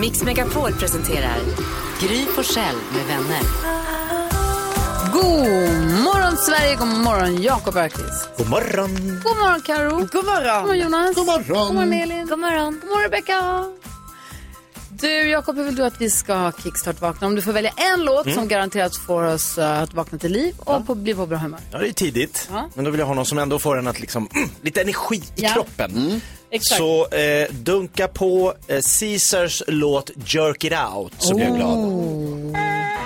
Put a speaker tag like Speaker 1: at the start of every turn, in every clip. Speaker 1: Mix Megapol presenterar Gry Forssell med vänner.
Speaker 2: God morgon Sverige, god morgon Jakob Öqvist.
Speaker 3: God morgon!
Speaker 2: God morgon Karo. God morgon. God morgon Jonas. God
Speaker 4: morgon.
Speaker 2: God morgon Elin.
Speaker 1: God morgon.
Speaker 2: God morgon Rebecka. Du Jakob, hur vill du att vi ska kickstart-vakna? Om du får välja en låt som garanterat får oss eh, att vakna till liv och på, bli på bra humör.
Speaker 3: Ja, det är tidigt. Men då vill jag ha någon som ändå får en att liksom, mm, lite energi i
Speaker 2: Ja. Mm.
Speaker 3: kroppen. Så eh, dunka på eh, Caesars låt Jerk It Out så blir
Speaker 2: Oh,
Speaker 3: jag glad.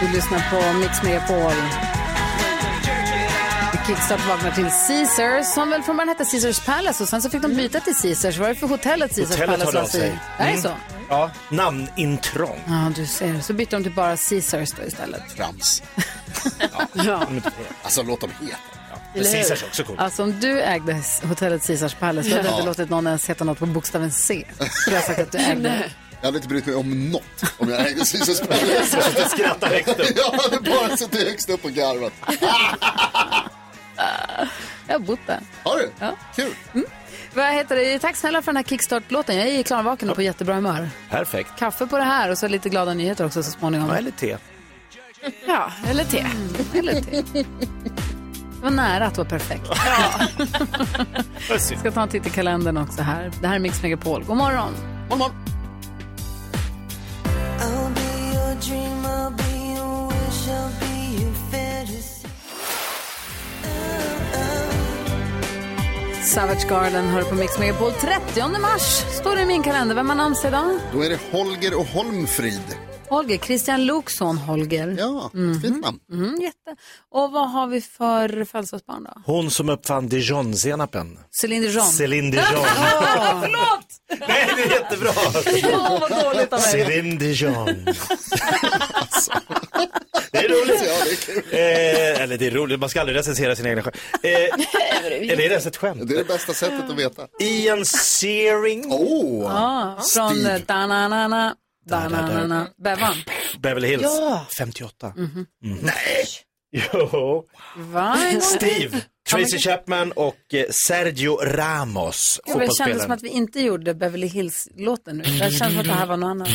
Speaker 2: Du lyssnar på Mix Megapol. Vi Kickstart vaknar till Caesars, som väl från början hette Caesars Palace och sen så fick de byta till Caesars. Vad är det för hotellet Caesars
Speaker 3: Hotellet
Speaker 2: Palace
Speaker 3: hörde av
Speaker 2: lades i?
Speaker 3: sig. Mm.
Speaker 2: Är det så?
Speaker 3: Ja, namnintrång.
Speaker 2: Ja, du ser. Så bytte de till bara Caesars då istället.
Speaker 4: Trams.
Speaker 2: Ja.
Speaker 4: Alltså låt dem heta.
Speaker 3: Men
Speaker 2: Eller hur?
Speaker 3: Caesars är också coolt.
Speaker 2: Alltså om du ägde s- hotellet Caesars Palace, då hade du inte låtit någon ens heta något på bokstaven C. Du har sagt att du ägde.
Speaker 5: Jag hade inte brytt mig om något om jag ägde Caesars Palace.
Speaker 3: Jag skrattar högt upp.
Speaker 5: Jag hade bara suttit högst upp och garvat.
Speaker 2: Jag har bott där.
Speaker 5: Har du? Kul.
Speaker 2: Vad heter det? Tack snälla för den här kickstart-låten. Jag är klarvaken och på jättebra humör.
Speaker 3: Perfekt.
Speaker 2: Kaffe på det här och så lite glada nyheter också så småningom.
Speaker 3: Ja, eller te.
Speaker 6: Ja, eller te.
Speaker 2: Eller till. Det var nära att vara perfekt.
Speaker 3: Puss.
Speaker 2: Jag ska ta en titt i kalendern också här. Det här är Mix Megapol. God morgon!
Speaker 5: God morgon.
Speaker 2: Savage Garden hör på Mix Megapol. 30 mars står det i min kalender. Vem har namnsdag idag?
Speaker 5: Då är det Holger och Holmfrid.
Speaker 2: Holger. Christian Luuks son Holger.
Speaker 5: Ja, fint namn.
Speaker 2: Mm, jätte. Och vad har vi för födelsedagsbarn då?
Speaker 3: Hon som uppfann dijonsenapen.
Speaker 2: Céline Dion.
Speaker 3: Céline Dijon.
Speaker 2: Ah, Förlåt!
Speaker 3: Nej, det är jättebra.
Speaker 2: Åh, vad dåligt av mig.
Speaker 3: Céline Dijon. Det är roligt.
Speaker 5: Ja, det är kul.
Speaker 3: Eh, eller det är roligt, man ska aldrig recensera sina egna skämt. Eh, eller är det ens ett skämt?
Speaker 5: Det är det bästa sättet att veta.
Speaker 3: Ian Searing,
Speaker 5: Åh,
Speaker 2: Ja, från
Speaker 5: Steve.
Speaker 2: eh, Dananana, Dananana, Bevan.
Speaker 3: Beverly Hills, 58.
Speaker 2: Mhm.
Speaker 3: Nej! Jo.
Speaker 2: Va?
Speaker 3: Steve, Tracy Chapman och eh, Sergio Ramos,
Speaker 2: Ja, men Det kändes
Speaker 3: fotbollsspelaren.
Speaker 2: som att vi inte gjorde Beverly Hills-låten nu. Det kändes som att det här var något annat.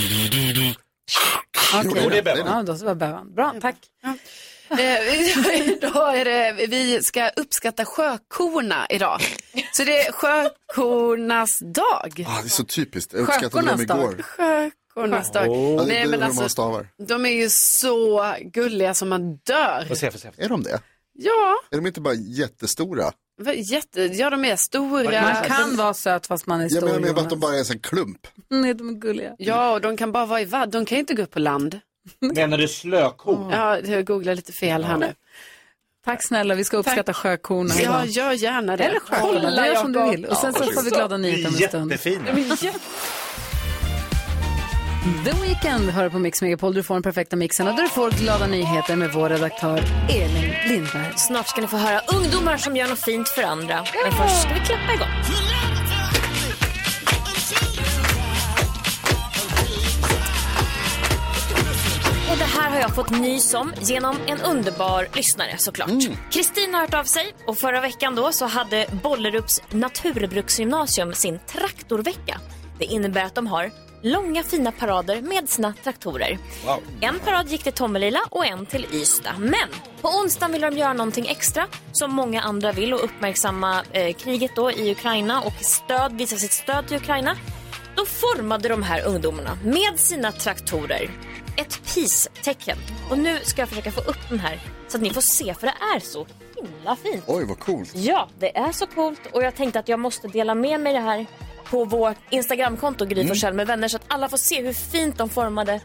Speaker 2: Okej.
Speaker 3: Jo, det är Bevan.
Speaker 2: Ja, då så var Bevan. Bra, tack.
Speaker 6: Eh, idag är det, vi ska uppskatta sjökorna idag. Så det är sjökornas dag.
Speaker 5: ah, det är så typiskt. Jag uppskattade dem
Speaker 2: Stjärkornas dag.
Speaker 5: igår.
Speaker 6: Sjökornas dag.
Speaker 5: Ja, det är
Speaker 6: Nej,
Speaker 5: hur
Speaker 6: men
Speaker 5: man
Speaker 6: alltså,
Speaker 5: stavar.
Speaker 6: de är ju så gulliga som man dör.
Speaker 3: Får se, får se.
Speaker 5: Är de det?
Speaker 6: Ja,
Speaker 5: Är de inte bara jättestora?
Speaker 6: vad jätte, ja de är stora.
Speaker 2: Man kan vara söt fast man är
Speaker 5: Jag
Speaker 2: stor.
Speaker 5: menar med att
Speaker 2: Jonas.
Speaker 5: de bara är en sån klump.
Speaker 2: Nej, de är gulliga.
Speaker 6: Ja, och de kan bara vara i vadd. De kan ju inte gå upp på land.
Speaker 3: Menar du slöko?
Speaker 6: Ja, jag googlar lite fel här nu.
Speaker 2: Tack snälla, vi ska uppskatta sjökorna.
Speaker 6: Ja,
Speaker 2: idag.
Speaker 6: gör gärna det.
Speaker 2: Eller sjökorna, du gör som du
Speaker 6: Jakob.
Speaker 2: vill. Och sen så får vi glada nyheter om en stund.
Speaker 3: Jättefina.
Speaker 2: The Weeknd hör på Mix Megapol. Du får den perfekta mixen och du får glada nyheter med vår redaktör Elin Lindberg.
Speaker 1: Snart ska ni få höra ungdomar som gör något fint för andra. Men först ska vi klappa igång. Och det här har jag fått nys om genom en underbar lyssnare såklart.
Speaker 2: Mm.
Speaker 1: Kristin har hört av sig och förra veckan då så hade Bollerups naturbruksgymnasium sin traktorvecka. Det innebär att de har långa fina parader med sina traktorer. En parad gick till Tommelilla och en till Ystad. Men på onsdagen vill de göra någonting extra som många andra vill och uppmärksamma eh, kriget då i Ukraina och stöd, visa sitt stöd till Ukraina. Då formade de här ungdomarna med sina traktorer ett peace-tecken. Och nu ska jag försöka få upp den här så att ni får se för det är så himla fint.
Speaker 5: Oj, vad coolt.
Speaker 1: Ja, det är så coolt och jag tänkte att jag måste dela med mig det här på vårt Instagramkonto Gry
Speaker 5: Mm.
Speaker 1: Forssell med vänner så att alla får se hur fint de formade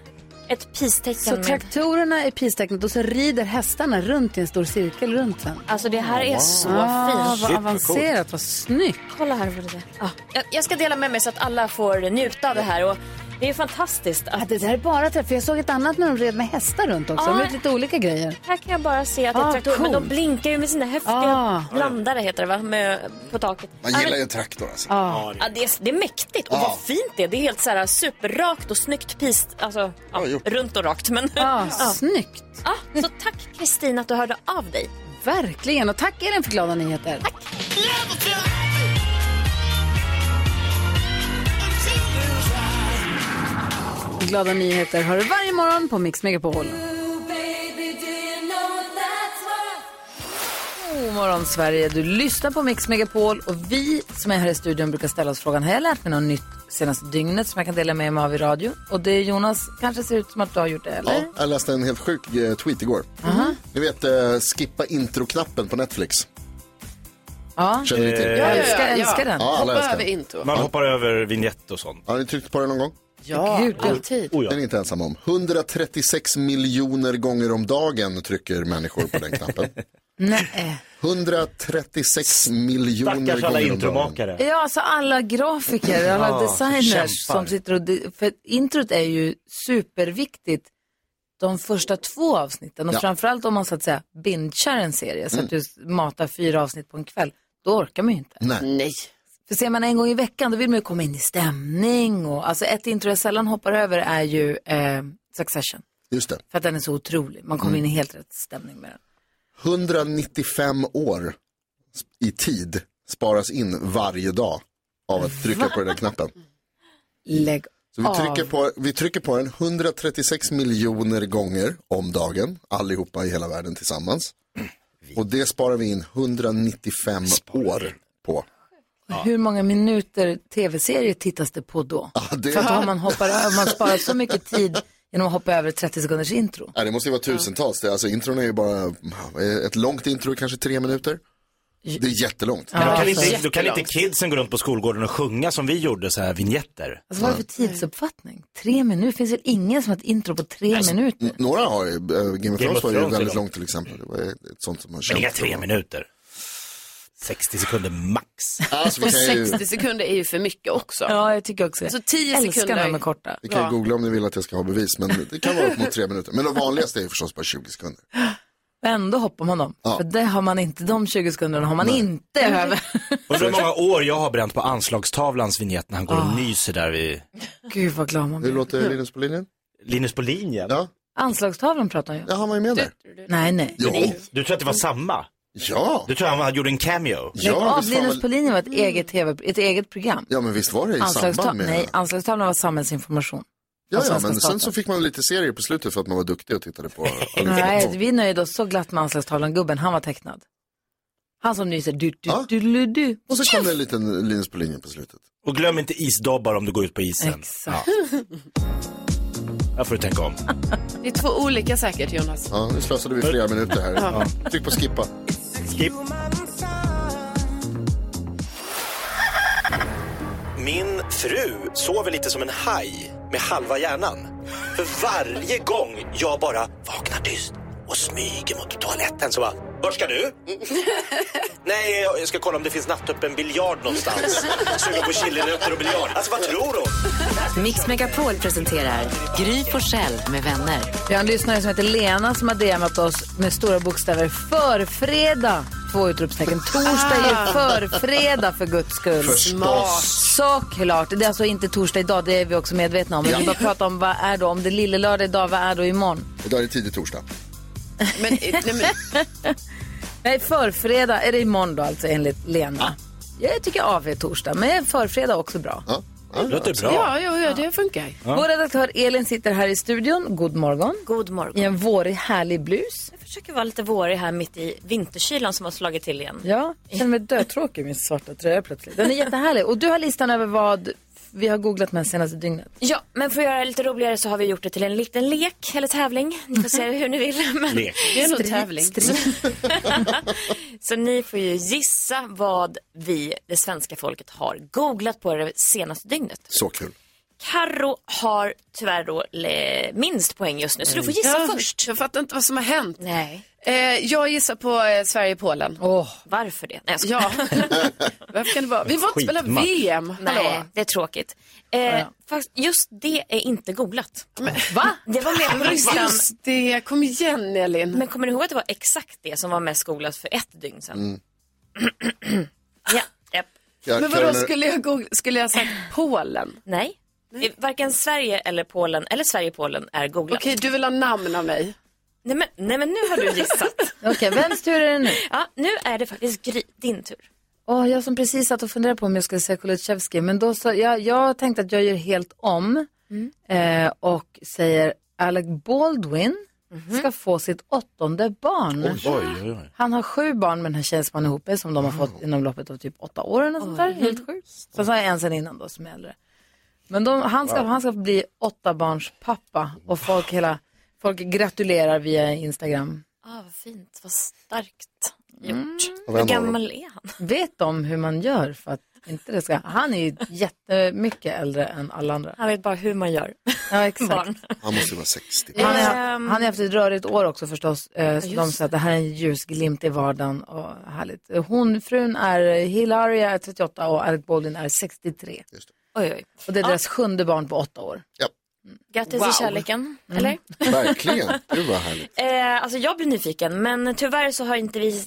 Speaker 1: ett peace-tecken.
Speaker 2: Så
Speaker 1: med-
Speaker 2: traktorerna är pistecknet och så rider hästarna runt i en stor cirkel runt sen.
Speaker 1: Alltså det här är så
Speaker 2: Ah,
Speaker 1: fint.
Speaker 2: vad avancerat, vad snyggt.
Speaker 1: Kolla här vad det är. Ja, jag- jag ska dela med mig så att alla får njuta av det här och det är fantastiskt
Speaker 2: Ja,
Speaker 1: att
Speaker 2: det där är bara träff. För jag såg ett annat när de red med hästar runt också.
Speaker 1: Ja.
Speaker 2: De har gjort lite olika grejer.
Speaker 1: här kan jag bara se att det är
Speaker 2: Ah,
Speaker 1: traktorer, men
Speaker 2: cool.
Speaker 1: de blinkar ju med sina häftiga
Speaker 2: Ah.
Speaker 1: blandare heter det va, med, på taket.
Speaker 5: Man
Speaker 1: Ja, men-
Speaker 5: gillar ju Ah. en traktor alltså.
Speaker 1: Ja, det, är, det är mäktigt och
Speaker 5: Ja.
Speaker 1: vad fint det är. Det är helt så här superrakt och snyggt pist. Alltså, ja,
Speaker 5: Bra gjort.
Speaker 1: runt och rakt. Men,
Speaker 2: Ah,
Speaker 1: ja.
Speaker 2: Snyggt.
Speaker 1: Ja, Ah, så tack Kristina att du hörde av dig.
Speaker 2: Verkligen. Och tack Elin för glada nyheter. Glada nyheter hör du varje morgon på Mix Megapol. God morgon Sverige, du lyssnar på Mix Megapol och vi som är här i studion brukar ställa oss frågan, har jag lärt mig något nytt senaste dygnet som jag kan dela med mig av i radio? Och det Jonas kanske ser ut som att du har gjort det eller?
Speaker 5: Ja, jag läste en helt sjuk eh, tweet igår. Ni vet, eh, skippa introknappen på Netflix.
Speaker 2: Ja.
Speaker 5: Känner ni
Speaker 7: Eh.
Speaker 5: till? Ja,
Speaker 2: Jag älskar, älskar den.
Speaker 5: alla
Speaker 6: Hoppa
Speaker 5: älskar
Speaker 6: över
Speaker 5: den.
Speaker 6: intro.
Speaker 7: Man hoppar över vignett och sånt.
Speaker 5: Har ni tryckt på den någon gång?
Speaker 6: Ja,
Speaker 2: Gud, ja.
Speaker 6: alltid.
Speaker 7: Oh,
Speaker 5: Den är
Speaker 7: ja.
Speaker 5: ni inte ensam om. 136 miljoner gånger om dagen trycker människor på den knappen.
Speaker 2: Nej.
Speaker 5: 136 miljoner
Speaker 7: Stackars alla
Speaker 5: gånger om dagen.
Speaker 7: intromakare.
Speaker 2: Ja, alltså alla grafiker, alla
Speaker 7: Ja,
Speaker 2: designers
Speaker 7: kämpar.
Speaker 2: som sitter och... di- För introt är ju superviktigt de första två avsnitten och
Speaker 5: Ja.
Speaker 2: framförallt om man så att säga bingear en serie
Speaker 7: Mm.
Speaker 2: så att du s- matar fyra avsnitt på en kväll, då orkar man ju inte.
Speaker 5: Nej,
Speaker 6: Nej.
Speaker 2: För ser man en gång i veckan då vill man ju komma in i stämning och alltså ett intro jag sällan hoppar över är ju eh, Succession
Speaker 5: just det.
Speaker 2: för att den är så otrolig. Man kommer
Speaker 7: Mm.
Speaker 2: in i helt rätt stämning med den.
Speaker 5: 195 år i tid sparas in varje dag av att trycka på den där knappen.
Speaker 2: Lägg
Speaker 5: Så vi, trycker på, vi trycker på den 136 miljoner gånger om dagen, allihopa i hela världen tillsammans.
Speaker 7: Mm.
Speaker 5: Och det sparar vi in 195 år på.
Speaker 2: Hur många minuter tv-serier tittas det på då?
Speaker 5: Ja, det,
Speaker 2: För att då har man, hoppar, över- man sparat så mycket tid genom att hoppa över 30 sekunders intro. Alltså,
Speaker 5: Nej, Äh, det måste ju vara tusentals. Det, alltså, intron är ju bara ett långt intro, är kanske tre minuter. Det är jättelångt.
Speaker 7: Men då,
Speaker 2: Ja,
Speaker 7: kan inte,
Speaker 2: alltså.
Speaker 7: då kan inte kidsen gå runt på skolgården och sjunga som vi gjorde, så här vignetter.
Speaker 2: Alltså vad är det för tidsuppfattning? Tre minuter? Det finns väl ingen som har ett intro på tre minuter?
Speaker 5: Alltså, N- Några har ju, eh, Game of Thrones var ju
Speaker 7: Thrones är
Speaker 5: väldigt
Speaker 7: långt.
Speaker 5: långt till exempel. Det var ett sånt som man
Speaker 7: Men inga
Speaker 5: kände.
Speaker 7: tre minuter. 60 sekunder max.
Speaker 5: Alltså, vi
Speaker 6: Men
Speaker 5: kan ju,
Speaker 6: 60 sekunder är ju för mycket också.
Speaker 2: Ja, jag tycker också det.
Speaker 6: Så 10
Speaker 2: Älskar när
Speaker 6: Alltså, sekunder.
Speaker 2: de är korta.
Speaker 5: vi kan ju googla om ni vill att jag ska ha bevis, men det kan vara upp mot tre minuter. Men de vanligaste är ju förstås bara 20 sekunder.
Speaker 2: Och ändå hoppar man dem.
Speaker 5: Ja.
Speaker 2: För det har man inte, de 20 sekunderna har man inte över.
Speaker 7: Undrar hur många år jag har bränt på anslagstavlans vignett när han går och nyser där vid
Speaker 2: Gud vad glad man
Speaker 5: Hur
Speaker 2: blir.
Speaker 5: låter Linus på linjen?
Speaker 7: Linus på linjen.
Speaker 5: Ja,
Speaker 2: Anslagstavlan pratar han ju om.
Speaker 5: ja han var ju med där.
Speaker 2: Nej, nej.
Speaker 5: Ja,
Speaker 7: Du tror att det var samma?
Speaker 5: ja,
Speaker 7: Du tror han var- gjorde en cameo?
Speaker 5: ja,
Speaker 2: Ja,
Speaker 5: visst fan
Speaker 2: Linus på
Speaker 5: var,
Speaker 2: linjen var ett eget, TV, ett eget program.
Speaker 5: ja, men visst var det i
Speaker 2: Anslagsta-
Speaker 5: samband med...
Speaker 2: nej, anslagstavlan var samhällsinformation.
Speaker 5: ja, ja,
Speaker 2: svenska
Speaker 5: men sen
Speaker 2: staten.
Speaker 5: så fick man lite serier på slutet för att man var duktig och tittade på...
Speaker 2: Nej, vi nöjde oss så glatt med anslagstavlan-gubben. Han var tecknad. Han som nyser du, du,
Speaker 5: Ja.
Speaker 2: du, du, du.
Speaker 5: Och så kom det en liten Linus på linjen på slutet.
Speaker 7: Och glöm inte isdobbar om du går ut på isen.
Speaker 2: Exakt.
Speaker 7: Där får du tänka om.
Speaker 6: Det är två olika säkert, Jonas.
Speaker 5: Ja, nu slösade vi flera minuter här. Ja. Tryck på skippa.
Speaker 7: Skip. Min fru sover lite som en haj med halva hjärnan. För varje gång jag bara vaknar tyst och smyger mot toaletten så bara, vart ska du? Nej, jag ska kolla om det finns nattöppen biljard någonstans. Suga på chilinötter och biljard. Alltså vad tror hon?
Speaker 8: Mix Megapol presenterar Gry Forssell med vänner.
Speaker 2: Vi har en lyssnare som heter Lena som har DMat oss med stora bokstäver förfredag. Två utropstecken. Torsdag är ju förfredag för guds skull.
Speaker 5: Ah. Förstås.
Speaker 2: Såklart. Det är alltså inte torsdag idag, det är vi också medvetna om. Men vi bara pratar om vad är då, om det är lille lördag idag, vad är då imorgon?
Speaker 5: Idag är det tidig torsdag.
Speaker 6: Men, eh, nej, men,
Speaker 2: Nej, förfredag är det imorgon då alltså enligt Lena. Jag tycker av är torsdag, men förfredag är också bra.
Speaker 5: Ja,
Speaker 7: Låter bra.
Speaker 6: Ja, ja, ja, det funkar.
Speaker 2: Vår redaktör Elin sitter här i studion. God morgon.
Speaker 1: God
Speaker 2: I
Speaker 1: morgon.
Speaker 2: en vårig härlig blus.
Speaker 1: Jag försöker vara lite vårig här mitt i vinterkylan som har slagit till igen.
Speaker 2: Ja, jag känner mig dötråkig i min svarta tröja plötsligt. Den är jättehärlig. Och du har listan över vad vi har googlat med senaste dygnet.
Speaker 1: Ja, men för att göra det lite roligare så har vi gjort det till en liten lek eller tävling. Ni får se hur ni vill. Men...
Speaker 7: Lek.
Speaker 6: Det är nog tävling.
Speaker 1: Så ni får ju gissa vad vi, det svenska folket, har googlat på det senaste dygnet.
Speaker 5: Så kul.
Speaker 1: Karro har tyvärr då le, minst poäng just nu, så du får gissa
Speaker 6: Ja,
Speaker 1: först.
Speaker 6: Jag fattar inte vad som har hänt.
Speaker 1: Mm. Nej,
Speaker 6: Eh, jag gissar på eh, Sverige-Polen.
Speaker 1: varför det? Nej, jag skojar.
Speaker 6: Ja, varför kan det vara? Vi får inte spela
Speaker 7: Skitmatch.
Speaker 6: VM.
Speaker 1: Nej,
Speaker 6: Hallå.
Speaker 1: det är tråkigt. Eh, fast just det är inte googlat.
Speaker 2: Va?
Speaker 1: Det var mer om Ryssland.
Speaker 6: Just det, kom igen Elin.
Speaker 1: Men kommer ni ihåg att det var exakt det som var mest googlat för ett dygn sedan? ja, japp.
Speaker 5: Jag
Speaker 6: Men
Speaker 5: kan-
Speaker 6: vadå, skulle jag, googla, skulle jag sagt Polen?
Speaker 1: Nej. Eh, Varken Sverige eller Polen, eller Sverige-Polen är googlat.
Speaker 6: Okej, du vill ha namn av mig.
Speaker 1: Nej, men, nej men nu har du gissat.
Speaker 2: Okej, vems tur är det nu?
Speaker 1: ja, nu är det faktiskt Gry, din tur.
Speaker 2: Åh, jag som precis satt och funderade på om jag skulle säga Kulusevski, men då så, jag, jag tänkte att jag gör helt om
Speaker 6: Mm.
Speaker 2: eh, och säger Alec Baldwin
Speaker 6: Mhm.
Speaker 2: ska få sitt åttonde barn. Han har sju barn med den här tjejen som han är ihop med som de har fått inom loppet av typ åtta år eller något sånt där. Helt sjukt. Sen så har jag en sen innan då som är äldre. Men de, han, ska, han ska bli åtta barns pappa och folk, hela, folk gratulerar via Instagram.
Speaker 1: Ah, vad fint, vad starkt Mm. gjort.
Speaker 5: Av en
Speaker 1: Hur
Speaker 5: av dem.
Speaker 1: gammal är han?
Speaker 2: Vet de hur man gör för att inte det ska... Han är ju jättemycket äldre än alla andra.
Speaker 1: Han vet bara hur man gör.
Speaker 2: Ja, exakt.
Speaker 1: Barn.
Speaker 5: Han måste vara 60.
Speaker 2: Han är,
Speaker 1: Ehm.
Speaker 2: han är efter ett rörigt år också förstås. eh, Så de sa att det här är en ljusglimt i vardagen och härligt. Hon, frun är Hilaria är 38 och Alec Baldwin är 63.
Speaker 1: Oj, oj.
Speaker 2: Och det är deras sjunde barn på åtta år.
Speaker 1: Grattis i kärleken, eller?
Speaker 5: Verkligen. Gud vad härligt.
Speaker 1: Eh, alltså jag blir nyfiken, men tyvärr så har inte vi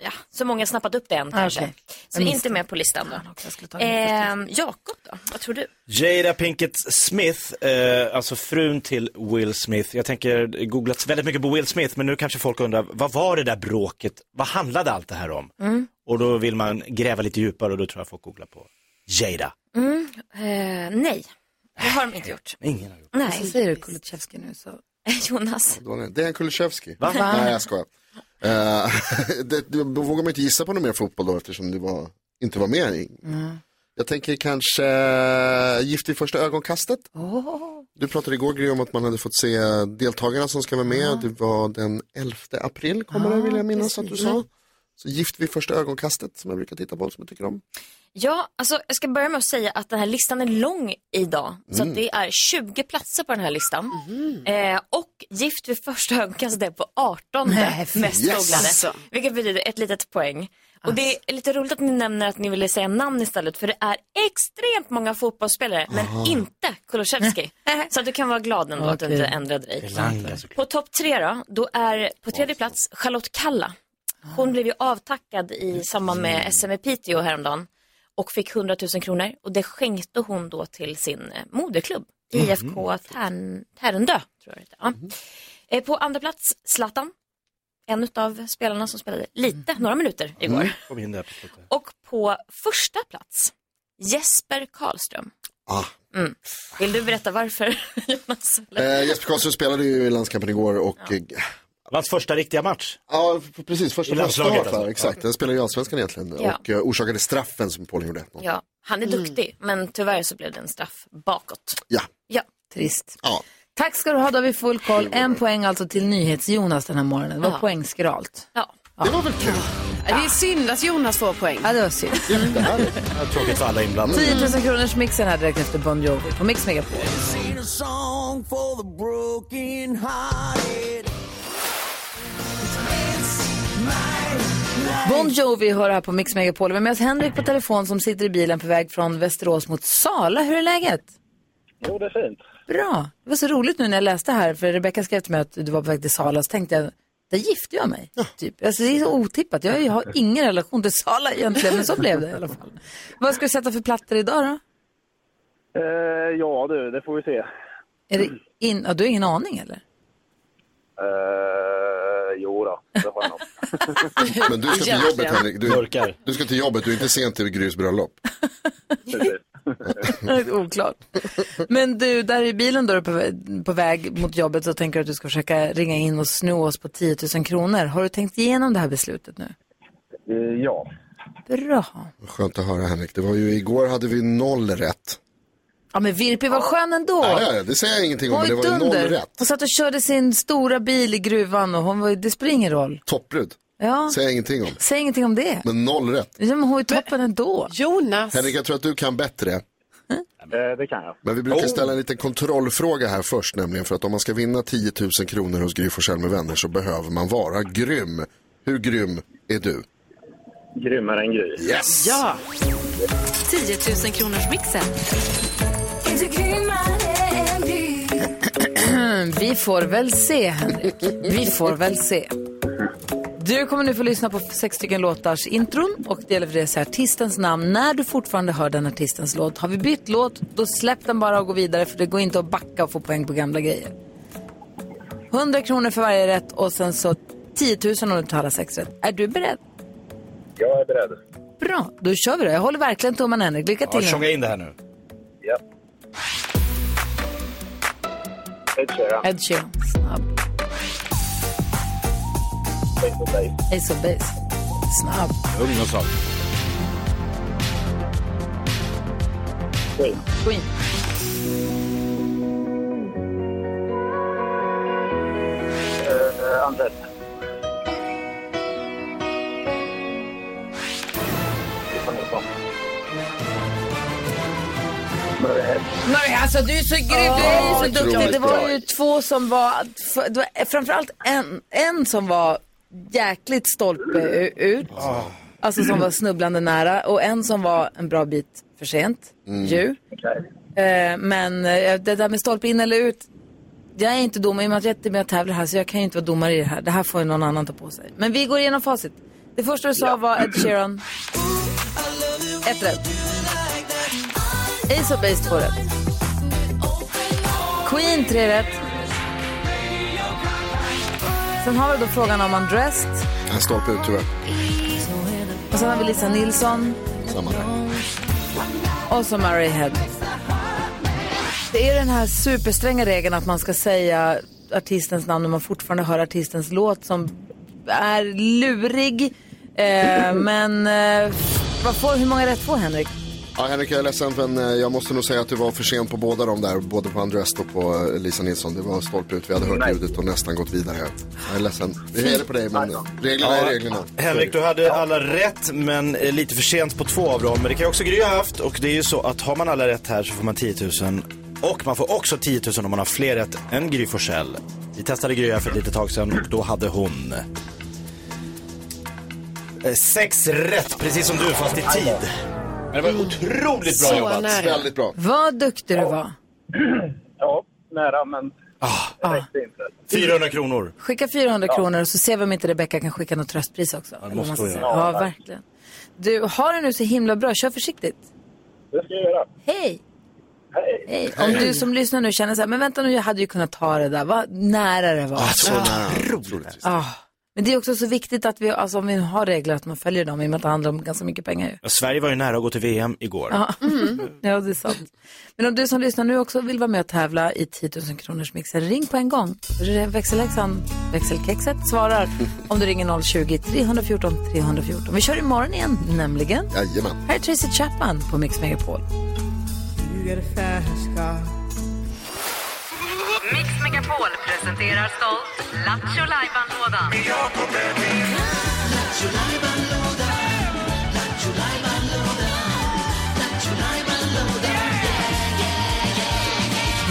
Speaker 1: ja, så många snappat upp det än kanske.
Speaker 2: Ah, okej.
Speaker 1: Så vi är inte med på listan då.
Speaker 2: Jag skulle ta med det.
Speaker 1: Eh, Jakob då, vad tror du?
Speaker 3: Jada Pinkett Smith, eh, alltså frun till Will Smith. Jag tänker det googlats väldigt mycket på Will Smith, men nu kanske folk undrar, vad var det där bråket? Vad handlade allt det här om? Och då vill man gräva lite djupare och då tror jag folk googlar på Jada.
Speaker 1: Eh, nej, det har de inte gjort.
Speaker 3: Ingen har gjort
Speaker 2: Så
Speaker 1: Nej,
Speaker 2: säger du Kulusevski nu så...
Speaker 1: Jonas.
Speaker 5: Det var det. Det är en Kulusevski.
Speaker 3: Va?
Speaker 5: Nej, jag skojar. Eh, det, då vågar man inte gissa på någon mer fotboll då eftersom du var, inte var med. i-
Speaker 3: Mm.
Speaker 5: Jag tänker kanske eh, Gift i första ögonkastet. Du pratade igår Gry om att man hade fått se deltagarna som ska vara med. Det var den 11 april kommer det vill jag minnas att du sa. Så Gift vid första ögonkastet som jag brukar titta på som jag tycker om.
Speaker 1: Ja, alltså jag ska börja med att säga att den här listan är lång idag. Så att det är 20 platser på den här listan.
Speaker 2: Mm.
Speaker 1: Eh, och Gift vid första ögonkastet är på 18
Speaker 2: Nej, fy.
Speaker 1: mest
Speaker 5: Yes.
Speaker 1: googlade.
Speaker 6: Alltså.
Speaker 1: Vilket betyder ett litet poäng. Och
Speaker 2: Alltså.
Speaker 1: det är lite roligt att ni nämner att ni ville säga namn istället. För det är extremt många fotbollsspelare, men inte Kulusevski. så att du kan vara glad ändå att du
Speaker 2: Okej.
Speaker 1: inte ändrade dig.
Speaker 3: Lanka såklart.
Speaker 1: På topp tre då, då är på tredje plats Charlotte Kalla.
Speaker 2: Ah.
Speaker 1: Hon blev ju avtackad i samband med SM i Piteå häromdagen och fick 100 000 kronor och det skänkte hon då till sin eh, moderklubb, IFK Tärn- Tärendö. Tror jag det heter. ja. Eh, På andra plats Zlatan, en av spelarna som spelade lite, några minuter igår.
Speaker 3: Kom in där på slutet.
Speaker 1: Och på första plats Jesper Karlström.
Speaker 5: Ah.
Speaker 1: Mm. Vill du berätta varför, Jonas? Eller?
Speaker 5: Eh, Jesper Karlsson spelade ju i landskampen igår och eh,
Speaker 3: Det var hans första riktiga match.
Speaker 5: Ja, f- precis.
Speaker 3: I
Speaker 5: Första
Speaker 3: landslaget
Speaker 5: landslaget.
Speaker 3: alltså.
Speaker 5: Exakt, den spelar ju i Allsvenskan egentligen.
Speaker 1: Ja.
Speaker 5: Och eh, orsakade straffen som Polen gjorde 1-0. Ja.
Speaker 1: Ja, han är duktig, men tyvärr så blev det en straff bakåt.
Speaker 5: ja.
Speaker 1: Ja,
Speaker 2: Trist.
Speaker 5: Ja.
Speaker 2: Tack ska du ha, då har vi full koll. En poäng alltså till NyhetsJonas den här morgonen. Det var
Speaker 1: Ja.
Speaker 2: poängskralt.
Speaker 1: ja.
Speaker 5: Det var väl kul.
Speaker 6: Det är synd att Jonas får poäng.
Speaker 2: Ja, det var synd.
Speaker 5: Det här är-
Speaker 3: Det var Tråkigt för alla inblandade.
Speaker 2: 10 000 kronors mixen här direkt efter Bon Jovi på Mix Megapol. Bon Jovi hör här på Mix Megapol. Vi har med oss Henrik på telefon som sitter i bilen på väg från Västerås mot Sala. Hur är läget?
Speaker 9: Jo, det är fint.
Speaker 2: Bra. Det var så roligt nu när jag läste här, för Rebecka skrev till mig att du var på väg till Sala, så tänkte jag, där gifte jag mig. Typ. Alltså, det är så otippat. Jag har ingen relation till Sala egentligen, men så blev det i alla fall. Vad ska du sätta för plattor idag då?
Speaker 9: Eh, ja du, det får vi se.
Speaker 2: Är det in... ja, du har ingen aning eller?
Speaker 9: Eh, jo då, det har jag nog.
Speaker 5: Men du ska till jobbet Henrik. Du,
Speaker 3: Mörkar.
Speaker 5: du ska till jobbet, du är inte sen till Grys bröllop.
Speaker 9: Precis.
Speaker 2: Oklart. Men du, där i bilen då du är på väg, på väg mot jobbet så tänker du att du ska försöka ringa in och sno oss på 10 000 kronor. Har du tänkt igenom det här beslutet nu?
Speaker 9: Eh, Ja.
Speaker 2: Bra.
Speaker 5: Skönt att höra Henrik. Det var ju igår hade vi noll rätt.
Speaker 2: Ja men Virpi var skön ändå.
Speaker 5: Ja, ja, ja, det säger jag ingenting om, men
Speaker 2: Hon
Speaker 5: det var
Speaker 2: var
Speaker 5: ju noll
Speaker 2: dunder.
Speaker 5: rätt.
Speaker 2: Hon satt och körde sin stora bil i gruvan och hon var, det spelar ingen roll.
Speaker 5: Topprud.
Speaker 2: Ja.
Speaker 5: Säger jag ingenting om.
Speaker 2: Säg ingenting om det.
Speaker 5: Men noll rätt.
Speaker 2: Ja, men hon är ju toppen ändå.
Speaker 6: Jonas.
Speaker 5: Henrik, jag tror att du kan bättre.
Speaker 9: Eh, Det kan jag.
Speaker 5: Men vi brukar ställa en liten kontrollfråga här först nämligen för att om man ska vinna 10 000 kronor hos Gry Forssell med vänner så behöver man vara grym. Hur grym är du?
Speaker 9: Grymmare än Gry.
Speaker 5: Yes!
Speaker 6: Ja.
Speaker 8: 10 000 kronors mixen.
Speaker 2: Vi får väl se, Henrik. Vi får väl se. Du kommer nu få lyssna på sex stycken låtars intron och det gäller för dig att säga artistens namn. När du fortfarande hör den artistens låt, har vi bytt låt, då släpp den bara och gå vidare för det går inte att backa och få poäng på gamla grejer. 100 kronor för varje rätt och sen så 10 000 om du tar alla sex rätt. Är du beredd?
Speaker 9: Jag är beredd.
Speaker 2: Bra, då kör vi då. Jag håller verkligen tummarna, Henrik. Lycka
Speaker 3: Ja,
Speaker 2: till.
Speaker 3: tjonga in det här nu.
Speaker 9: Ja. Ed Sheeran,
Speaker 2: Ed Sheeran, snabb.
Speaker 9: Face to Face,
Speaker 2: Ace of Base, snabb.
Speaker 3: Ung och svag.
Speaker 9: Queen,
Speaker 2: Queen.
Speaker 9: eh, Andres, Stefan Nilsson. Murray Head.
Speaker 2: Nej, alltså du är så grym, du är så duktig.
Speaker 5: otroligt
Speaker 2: Det var
Speaker 5: bra.
Speaker 2: ju två som var, f- det var framförallt en, en som var jäkligt stolpe u- ut,
Speaker 5: Ah.
Speaker 2: alltså som var snubblande nära och en som var en bra bit för sent,
Speaker 5: Mm.
Speaker 2: ju.
Speaker 9: Okej.
Speaker 2: Eh, men eh, det där med stolpe in eller ut, jag är inte domare i och med att jag inte är med och tävlar här så jag kan ju inte vara domare i det här. Det här får ju någon annan ta på sig. Men vi går igenom facit. Det första du sa var Ed Sheeran. Ett rätt. Ace of Base två rätt. Queen tre rätt. Sen har vi då frågan om Undressed.
Speaker 5: En stolpe ut tyvärr.
Speaker 2: Och sen har vi Lisa Nilsson.
Speaker 5: Samma där.
Speaker 2: Och så Murray Head. Det är den här superstränga regeln att man ska säga artistens namn när man fortfarande hör artistens låt som är lurig. Eh, men eh, vad får, hur många rätt får Henrik?
Speaker 5: Ja, Henrik, jag är ledsen men eh, jag måste nog säga att du var för sen på båda de där, både på Andreas och på eh, Lisa Nilsson. Det var stolpe ut, vi hade hört ljudet och nästan gått vidare. Jag är ledsen. Det är det på dig, men reglerna är reglerna.
Speaker 3: Henrik, du hade alla rätt men eh, lite för sent på två av dem. Men det kan ju också Gry ha haft och det är ju så att har man alla rätt här så får man 10 000 och man får också 10 000 om man har fler rätt än Gry Forssell. Vi testade Gry här för ett litet tag sedan och då hade hon eh, sex rätt, precis som du fast i tid. Mm. Men det var ju otroligt bra
Speaker 6: Så
Speaker 3: jobbat.
Speaker 6: nära.
Speaker 5: Väldigt bra.
Speaker 2: Vad duktig du var.
Speaker 9: Ja, nära men
Speaker 3: Ah,
Speaker 9: det räckte inte.
Speaker 3: 400 kronor.
Speaker 2: Skicka 400 kronor och så ser vi om inte Rebecca kan skicka något tröstpris också. Eller vad
Speaker 3: måste
Speaker 2: man ska
Speaker 3: hon
Speaker 2: säga.
Speaker 3: göra.
Speaker 2: ja, verkligen. Du, har det nu så himla bra. Kör försiktigt.
Speaker 9: Det ska jag göra.
Speaker 2: Hej!
Speaker 9: Hej!
Speaker 2: Hej. Om du som lyssnar nu känner så här, men vänta nu, jag hade ju kunnat ta det där. Vad nära det var.
Speaker 5: Så nära. Otroligt.
Speaker 2: Ah. Men det är också så viktigt att vi, alltså om vi har regler, att man följer dem i och med att det handlar om ganska mycket pengar ju.
Speaker 3: Ja, Sverige var ju nära att gå till VM igår.
Speaker 2: Ja, det är sant. Men om du som lyssnar nu också vill vara med och tävla i 10 000 kronors mixen, ring på en gång. Re- Växelhäxan, växelkexet, svarar om du ringer 020-314 314. Vi kör imorgon igen, nämligen.
Speaker 5: Jajamän.
Speaker 2: Här är Tracy Chapman på Mix Megapol.
Speaker 8: Mix Megapol presenterar stolt Lattjo Lajban-lådan.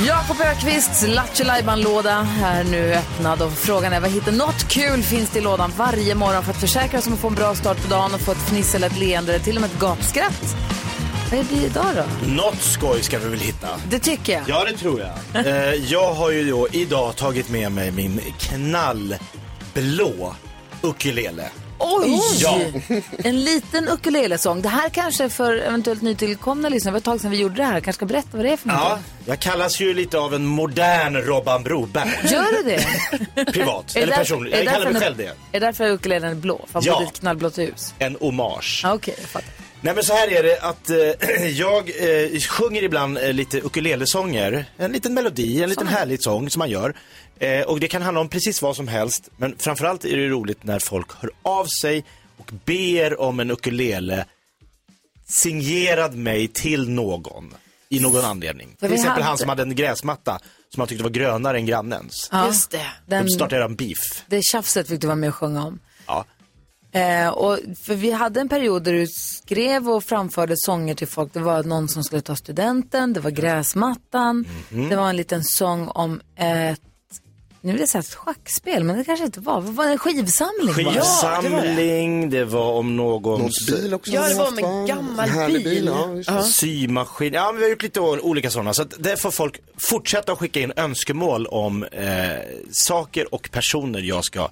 Speaker 2: Jakob Ökvists Lattjo låda är nu öppnad och frågan är vad hittar något kul finns det i lådan varje morgon för att försäkra sig om att få en bra start på dagen och få ett fniss eller ett leende eller till och med ett gapskratt. Vad blir det idag då?
Speaker 3: Något skoj ska vi väl hitta.
Speaker 2: Det tycker jag.
Speaker 3: Ja, det tror jag. Eh, jag har ju då idag tagit med mig min knallblå ukulele.
Speaker 2: Oj!
Speaker 3: Ja.
Speaker 2: En liten ukulelesång. Det här kanske för eventuellt nytillkomna lyssnare, det var ett tag sedan vi gjorde det här, kanske ska berätta vad det är för
Speaker 3: Ja,
Speaker 2: något.
Speaker 3: jag kallas ju lite av en modern Robban Broberg.
Speaker 2: Gör du det?
Speaker 3: Privat,
Speaker 2: Är det
Speaker 3: eller
Speaker 2: därför-
Speaker 3: personligt.
Speaker 2: är
Speaker 3: Jag kallar
Speaker 2: därför
Speaker 3: mig
Speaker 2: den-
Speaker 3: själv det.
Speaker 2: Är därför ukulelen är blå? För att
Speaker 3: Ja.
Speaker 2: ja. ett knallblått ljus?
Speaker 3: En hommage.
Speaker 2: Ja, Okej, jag fattar.
Speaker 3: Nej men så här är det att eh, jag eh, sjunger ibland eh, lite ukulelesånger. En liten melodi, en liten härlig sång som man gör. Eh, och det kan handla om precis vad som helst. Men framförallt är det roligt när folk hör av sig och ber om en ukulele signerad mig till någon. I någon anledning.
Speaker 2: vi
Speaker 3: Till exempel
Speaker 2: hade-
Speaker 3: han som hade en gräsmatta som han tyckte var grönare än grannens.
Speaker 2: Ja,
Speaker 6: Just det.
Speaker 3: Då
Speaker 2: Den,
Speaker 3: startade han beef.
Speaker 2: det tjafset fick du vara med och sjunga om.
Speaker 3: Ja.
Speaker 2: Eh, och, för vi hade en period där du skrev och framförde sånger till folk. Det var någon som skulle ta studenten, det var gräsmattan,
Speaker 3: Mhm.
Speaker 2: det var en liten sång om ett, nu vill jag säga ett schackspel, men det kanske inte var. Vad var det? en skivsamling? va?
Speaker 3: Skivsamling, det var om någons...
Speaker 5: Någons bil också.
Speaker 6: Ja, det var
Speaker 5: Haft,
Speaker 6: med
Speaker 5: va?
Speaker 6: en gammal
Speaker 5: Härlig
Speaker 6: bil.
Speaker 5: ja, just det.
Speaker 3: Symaskin. Ja, men vi har gjort lite o- olika sådana. Så att där får folk fortsätta att skicka in önskemål om eh, saker och personer jag ska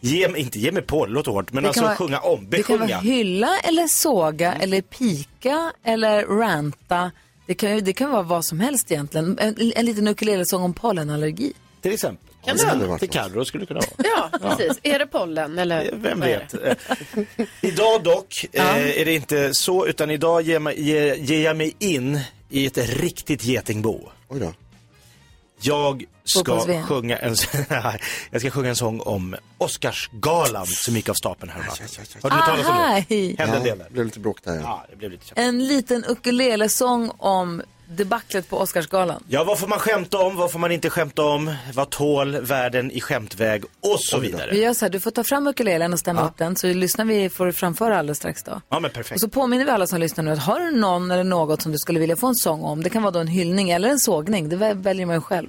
Speaker 3: ge mig, inte ge mig på, det låter hårt, men
Speaker 2: Det
Speaker 3: alltså
Speaker 2: kan vara-
Speaker 3: sjunga om,
Speaker 2: Det kan vara
Speaker 3: besjunga. Mm.
Speaker 2: hylla eller såga eller pika eller ranta. Det kan, ju- det kan vara vad som helst egentligen. En, en liten ukulelesång om pollenallergi.
Speaker 3: Till exempel.
Speaker 6: Kan
Speaker 5: det hade varit
Speaker 3: Till
Speaker 5: något.
Speaker 3: Carro skulle det kunna vara.
Speaker 6: Ja, precis. Är det pollen eller?
Speaker 3: Vem
Speaker 6: vad är
Speaker 3: vet. Eh, idag dock eh, är det inte så, utan idag ger, ma- ger, ger jag mig in i ett riktigt getingbo.
Speaker 5: Oj då.
Speaker 3: Jag ska
Speaker 2: Fotbolls-VM.
Speaker 3: sjunga en, jag ska sjunga en sång om Oscarsgalan som gick av stapeln här. Har du hört talas om det?
Speaker 2: Ahaj!
Speaker 3: Hände en
Speaker 5: Ja,
Speaker 3: del
Speaker 5: det
Speaker 3: där.
Speaker 5: blev lite bråk där ja.
Speaker 3: Ja, det blev lite känt.
Speaker 2: En liten ukulelesång om debaclet på Oscarsgalan.
Speaker 3: Ja, vad får man skämta om? Vad får man inte skämta om? Vad tål världen i skämtväg? Och så
Speaker 2: Vi
Speaker 3: vidare.
Speaker 2: gör så här, du får ta fram ukulelen och stämma upp den så lyssnar vi, får du framföra alldeles strax då.
Speaker 3: Ja, men
Speaker 2: Och
Speaker 3: perfekt.
Speaker 2: så påminner vi alla som lyssnar nu att har du någon eller något som du skulle vilja få en sång om, det kan vara då en hyllning eller en sågning, det vä- väljer man ju själv.